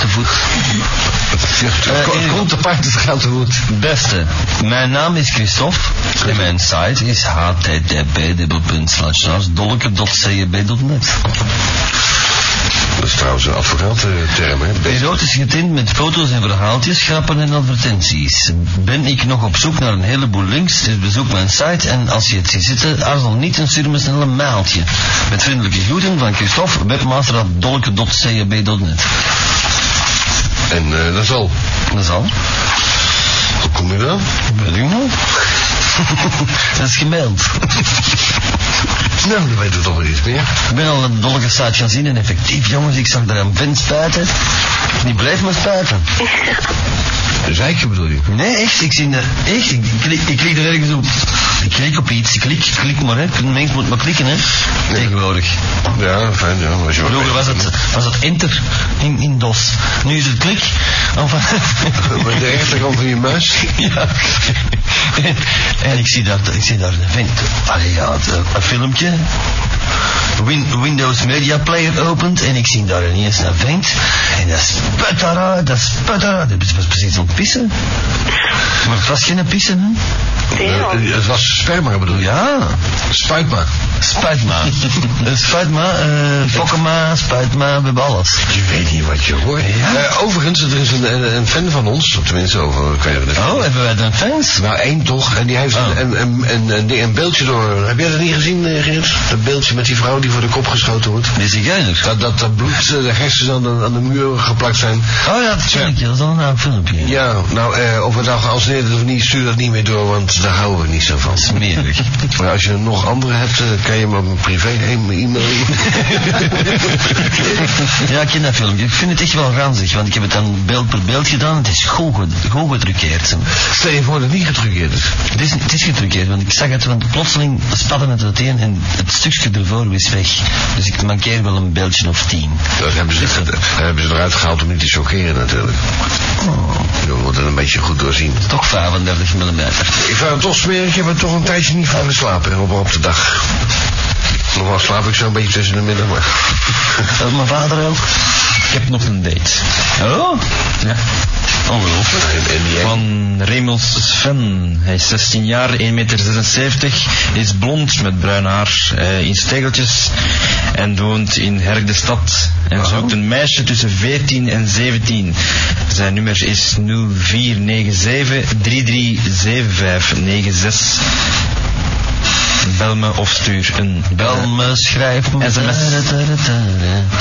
Speaker 1: Te voet.
Speaker 2: Ja, het ko-
Speaker 1: Eh,
Speaker 2: het komt te paard, het gaat te goed.
Speaker 1: Beste, mijn naam is Christophe en mijn site is http://dolke.cb.net.
Speaker 2: Dat is trouwens een advocatenterm, hè? Best-
Speaker 1: Erotisch getint met foto's en verhaaltjes, grappen en advertenties. Ben ik nog op zoek naar een heleboel links, dus bezoek mijn site en als je het ziet zitten, aarzel niet en stuur me snel een maaltje. Met vriendelijke groeten van Christophe, webmaster.dolke.cb.net.
Speaker 2: En eh, dat is al.
Speaker 1: Dat is al.
Speaker 2: Hoe kom je dan?
Speaker 1: Weet ik nog? *laughs* Dat is gemaild.
Speaker 2: Nou, dan weten we toch wel iets meer.
Speaker 1: Ik ben al een dolke site gaan zien en effectief, jongens, ik zag daar een vent spuiten. Die blijft me spuiten.
Speaker 2: Dus eigenlijk bedoel je?
Speaker 1: Nee, echt, ik zie dat. Echt, ik klik, ik klik er ergens op. Ik klik op iets, ik klik, ik klik maar, hè. Een mens moet maar klikken, hè. Tegenwoordig.
Speaker 2: Ja, fijn, ja. maar Als je maar
Speaker 1: Vroeger was
Speaker 2: weet-
Speaker 1: het, was het enter in, in DOS. Nu is het klik.
Speaker 2: *laughs*
Speaker 1: Enfin,
Speaker 2: Met de rechterkant van je muis.
Speaker 1: *laughs* ja. En, en ik zie daar, ik zie daar een vent. Allee, ja, het, eh, een filmpje. Win- Windows Media Player opent en ik zie daar ineens een vent. En dat spuit daaruit, dat spuit daaruit. Dat was precies om pissen. Maar het was geen pissen, hè.
Speaker 4: Ja.
Speaker 2: Eh, eh, het was sperma, bedoel je?
Speaker 1: Ja.
Speaker 2: Spuit maar.
Speaker 1: Spijt me. Eh, Spijt me, eh, fokken me, spijt me, we hebben alles.
Speaker 2: Je weet niet wat je hoort. Eh, overigens, er is een, een, een fan van ons, of tenminste over... Ik weet niet of het-
Speaker 1: Oh, hebben wij dan fans?
Speaker 2: Nou, één toch. En die heeft
Speaker 1: Oh.
Speaker 2: een, een, een, een, een ding- een beeldje door. Heb jij dat niet gezien, eh, Gerrit? Dat beeldje met die vrouw die voor de kop geschoten wordt.
Speaker 1: Die zigeuners.
Speaker 2: Dat, dat de bloed, eh, de hersens aan de, aan de muur geplakt zijn.
Speaker 1: Oh ja, dat filmpje, dat is dan een eh, filmpje.
Speaker 2: Ja, nou, eh, of we het nou geanceneerd hebben of niet, stuur dat niet meer door, want daar houden we niet zo van.
Speaker 1: Smerig.
Speaker 2: Maar als je nog andere hebt, eh, kan je me op mijn privé heen e-mailen.
Speaker 1: Ja, ik ken dat filmpje. Ik vind het echt wel ranzig, want ik heb het dan beeld per beeld gedaan. Het is goed, ged- goed gedruckeerd.
Speaker 2: *laughs* Stel je voor dat het niet gedrukt is.
Speaker 1: Het is, het is gedruckeerd, want ik zag het, want plotseling spatte het uiteen en het stukje ervoor is weg. Dus ik mankeer wel een beeldje of tien.
Speaker 2: Dat hebben ze, dat hebben ze eruit gehaald om niet te choqueren natuurlijk. We moeten het een beetje goed doorzien.
Speaker 1: Toch 35 mm.
Speaker 2: Ik vind het toch smerig, ik heb er toch een tijdje niet van geslapen hè, op, op de dag. Normaal slaap ik zo'n beetje tussen de middag, maar...
Speaker 1: Eh, mijn vader ook.
Speaker 6: Ik heb nog een date.
Speaker 1: Oh,
Speaker 6: Ja.
Speaker 2: Oh,
Speaker 6: Ongelooflijk.
Speaker 2: En, en die *laughs*
Speaker 6: Van Remels Sven. Hij is 16 jaar, 1,76 meter, is blond met bruin haar, eh, in stegeltjes en woont in Herk de Stad. En zoekt een meisje tussen 14 en 17. Zijn nummer is 0497 337596. Bel me of stuur een eh,
Speaker 1: bel
Speaker 6: bel.
Speaker 1: me, schrijf me.
Speaker 6: SMS.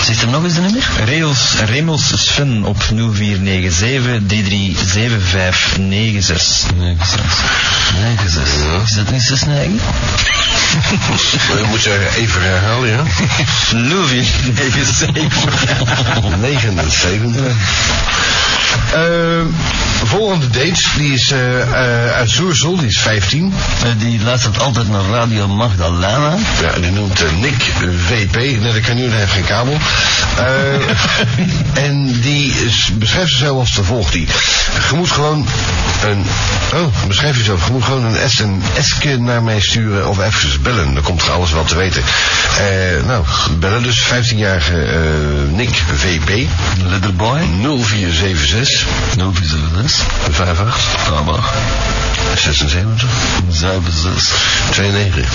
Speaker 1: Zit er nog eens een nummer?
Speaker 6: Rails, Remels Sven op 0497 337596.
Speaker 1: Nee, zes. Nee, zes. Is dat niet zes negen?
Speaker 2: Je moet je even herhalen, ja? *laughs*
Speaker 1: *laughs*
Speaker 6: 0497.
Speaker 2: 79. Eh, volgende date, die is eh, eh, uit Zoersel, die is 15.
Speaker 1: Eh, Die luistert altijd naar Radio Magdalena.
Speaker 2: Ja, die noemt eh, Nick eh, VP. Nee, dat kan nu, hij heeft geen kabel.
Speaker 1: *laughs*
Speaker 2: Eh, en die is- beschrijft zichzelf als volgt. Die. Je moet gewoon een... Oh, beschrijf jezelf. Je moet gewoon een sms'je naar mij sturen of even bellen. Dan komt er alles wel te weten. Eh, nou, bellen dus. 15-jarige eh, Nick VP. Letterboy. 0476. 0476. 58. 76. 76. 92.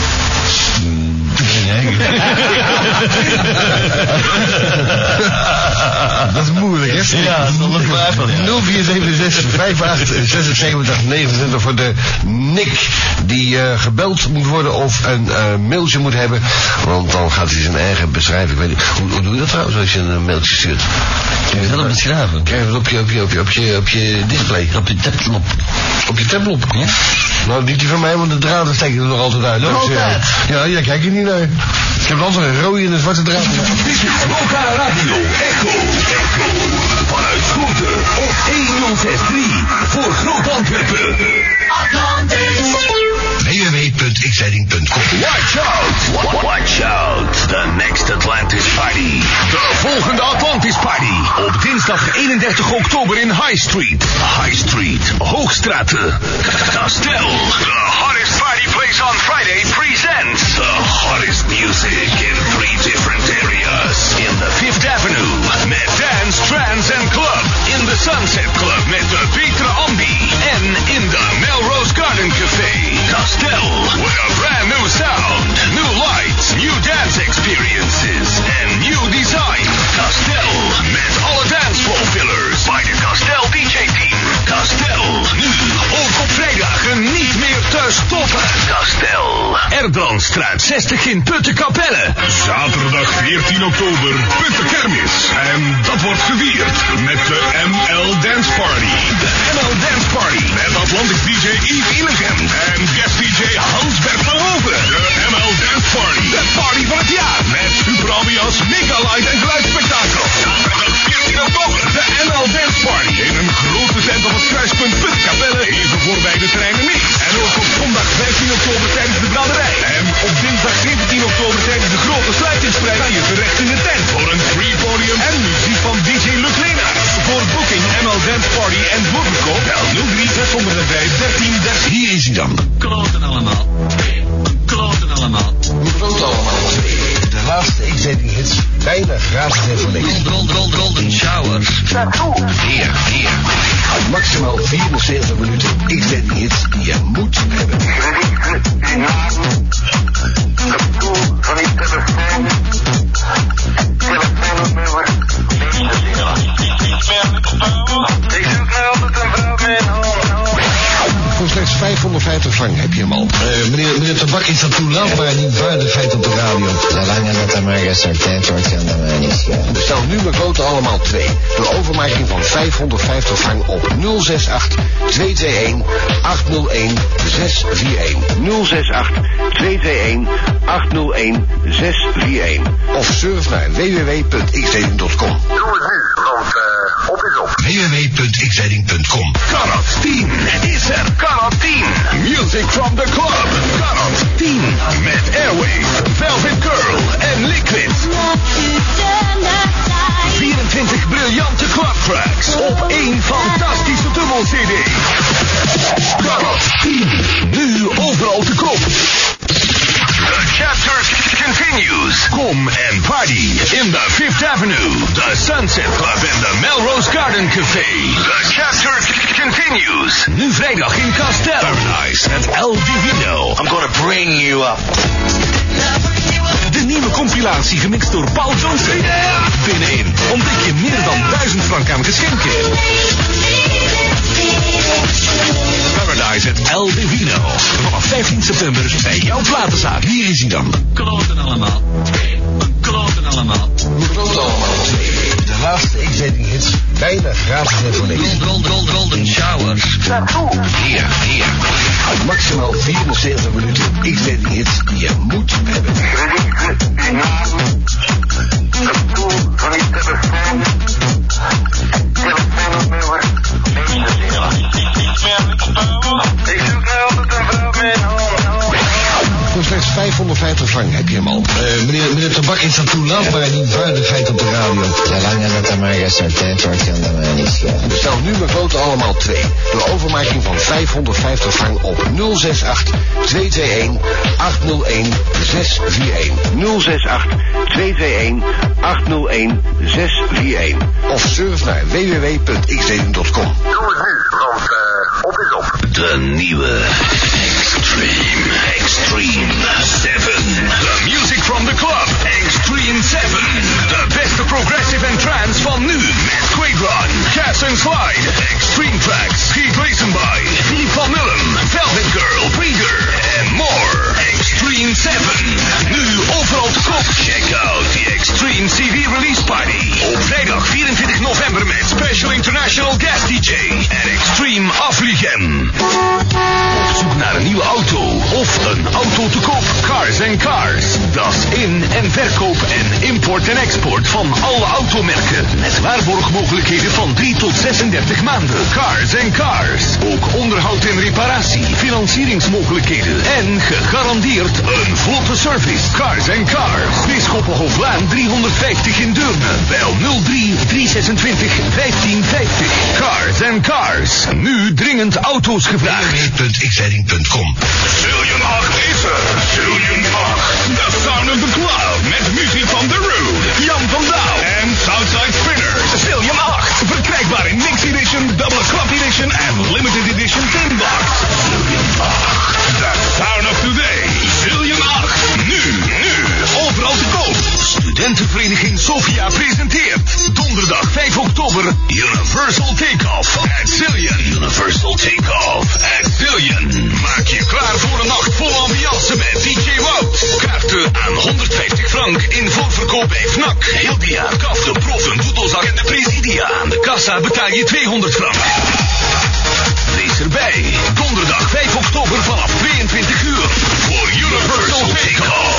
Speaker 2: *laughs* Dat is moeilijk, hè?
Speaker 1: Ja, zonder twijfel, ja.
Speaker 2: 0476 58 76 29 voor de Nick die eh, gebeld moet worden of een eh, mailtje moet hebben. Want dan gaat hij zijn eigen beschrijving. Ik weet niet, hoe, hoe doe je dat trouwens als je een eh, mailtje stuurt?
Speaker 1: Zelf beschrijven.
Speaker 2: Krijg je het op je, op je, op je, op je, op je display?
Speaker 1: Op je laptop.
Speaker 2: Op je tablet? Nou, niet die van mij, want de draden steken er nog altijd uit. Nog
Speaker 1: altijd?
Speaker 2: Ja, jij kijkt er niet naar. Ik heb altijd een rode en een zwarte draad.
Speaker 7: Loka Radio Echo. Echo. Vanuit Groeten op 1063 voor Groot-Antwerpen.
Speaker 2: www.xleiding.com
Speaker 7: Watch out! Wa- Watch out! The next Atlantis Party. De volgende Atlantis Party. Op dinsdag 31 oktober in High Street. High Street, Hoogstraten. Castel. The hottest party place on Friday presents the hottest music in three different areas. In the Fifth Avenue. Met dance, trance and club. In the Sunset Club met de Peter Ambi. En in the Melrose Garden Café. Castel. With a brand new sound. New lights. New dance experiences. And new design. Castel. Met alle dance floor fillers. By the Castel DJ team. Castel. Nu. Ook op vrijdagen niet meer te stoppen. Castel. Erdranstraat 60 in Puttenkapelle. Zaterdag 14 oktober. Puttenkermis. En dat wordt gevierd met de ML Dance Party. De ML Dance Party. Met Atlantic DJ Yves Illegem. En guest DJ Hans Bert van Hoven. De ML Dance Party. De party van het jaar. Met Super Ambias, Megalight en Geluidsspectakel. Zaterdag 14 oktober. De ML Dance Party. In een grote tent op het kruispunt Puttenkapelle. Even voorbij de treinen mix. En ook op zondag 15 oktober tijdens de braderij. En op dinsdag 17 oktober tijdens de grote sluitingsprijs kan je terecht in de tent voor een free podium en muziek van DJ Luc Lenaerts. Voor booking ML Dance Party en boekverkoop bel 03 605 13 13. Hier is hij dan.
Speaker 6: Kloten allemaal. Kloten allemaal.
Speaker 2: De laatste X-Leiding hits. Weinig gratis en voor niks.
Speaker 6: Golden, golden, golden shower.
Speaker 2: Hier, hier.
Speaker 8: Maximaal 74 minuten. Ik weet niet, je moet hebben.
Speaker 5: die naam, gevoel van die telefoon, telefoonnummer, deze Ik zoek nou altijd een vrouw met
Speaker 8: Voor slechts 550 frank heb je hem al. Eh, meneer, meneer Tabak, is dat toelaatbaar, die vuile feit op de radio?
Speaker 1: Zolang dat er maar gesorteerd wordt, kan dat mij niet schelen.
Speaker 8: Bestel nu mijn kloten allemaal twee. Door overmaking van 550 frank op 068 221 801 641. 068 221 801 641. Of surf naar www.xdating.com.
Speaker 5: Doe het nu, want eh, op is op.
Speaker 8: www.xdating.com.
Speaker 2: Karat 10 is er. Karat 10. Music from the club. Karat 10 met Airwave, Velvet Girl en Liquid. 24 briljante clubtracks op één fantastische dubbel CD. Karat 10. Nu overal te koop. The chapter continues. Come and party in the Fifth Avenue, the Sunset Club and the Melrose Garden Café. The chapter continues. Nu vrijdag in Castel. Paradise at El Divino. I'm gonna bring you up. De nieuwe compilatie gemixt door Paul Johnson. Binnenin ontdek je meer dan 1000 frank aan geschenken. Paradise at El Divino. Vanaf 15 september bij jouw platenzaak. Hier is hij dan.
Speaker 9: Kloten allemaal. Kloten allemaal.
Speaker 8: Klopt allemaal twee. De laatste X-Dating hits bijna gratis en voor niks.
Speaker 9: Golden, golden, golden showers.
Speaker 8: Hier, hier. Maximaal 74 minuten X-Dating hits die je moet hebben. Voor slechts 550 frank heb je hem al. Eh, meneer, meneer Tabak, is dat toelaatbaar, die vuile feit op de radio?
Speaker 1: Zolang dat er maar gesorteerd wordt, kan dat mij niet schelen.
Speaker 8: Bestel nu mijn grote allemaal twee. Door overmaking van 550 frank op 068 221 801 641. 068 221 801 641. Of surf naar www.xdating.com.
Speaker 2: De nieuwe Extreme. Extreme 7. The music from the club. Extreme 7. De beste progressive en trance van nu. Met Quadron, Cats and Slide. Extreme Tracks. Pete Lazenby. Philip van Millem. Velvet Girl. Finger. En more. Extreme 7. Nu overal te koop. Check out the Extreme CD Release Party. Op vrijdag 24 november met Special International Guest DJ. En Extreme Afliegen. Op zoek naar een nieuwe auto of een auto te koop? Cars and Cars. Dat is in- en verkoop en import en export van alle automerken. Met waarborgmogelijkheden van 3 tot 36 maanden. Cars and Cars. Ook onderhoud en reparatie, financieringsmogelijkheden en gegarandeerd een vlotte service. Cars and Cars. Bisschoppenhoflaan 350 in Deurne. Bel 03 326 1550. Cars and Cars. Nu dringend auto's gevraagd.
Speaker 8: www.xdating.com.
Speaker 2: Zillion 8 is er. Zillion 8. The Sound of the Cloud. Met muziek van The Rude, Jan van Daal en Southside Spinners. Zillion 8. Verkrijgbaar in Mix Edition, Double Club Edition en Limited Edition Tinbox. Zillion 8. The Sound of Today. Zillion 8. Nu, nu. Overal te koop. Studentenvereniging Sofia presenteert donderdag 5 oktober Universal Takeoff at Zillion. Universal Takeoff at Zillion. Maak je klaar voor een nacht vol ambiance met DJ Wout. Kaarten aan 150 frank in voorverkoop bij Fnac, Hildia, Kaf, de Prof, een Doedelzak en de Presidia. Aan de kassa betaal je 200 frank. Wees erbij. Donderdag 5 oktober vanaf 22 uur. Voor Universal Takeoff.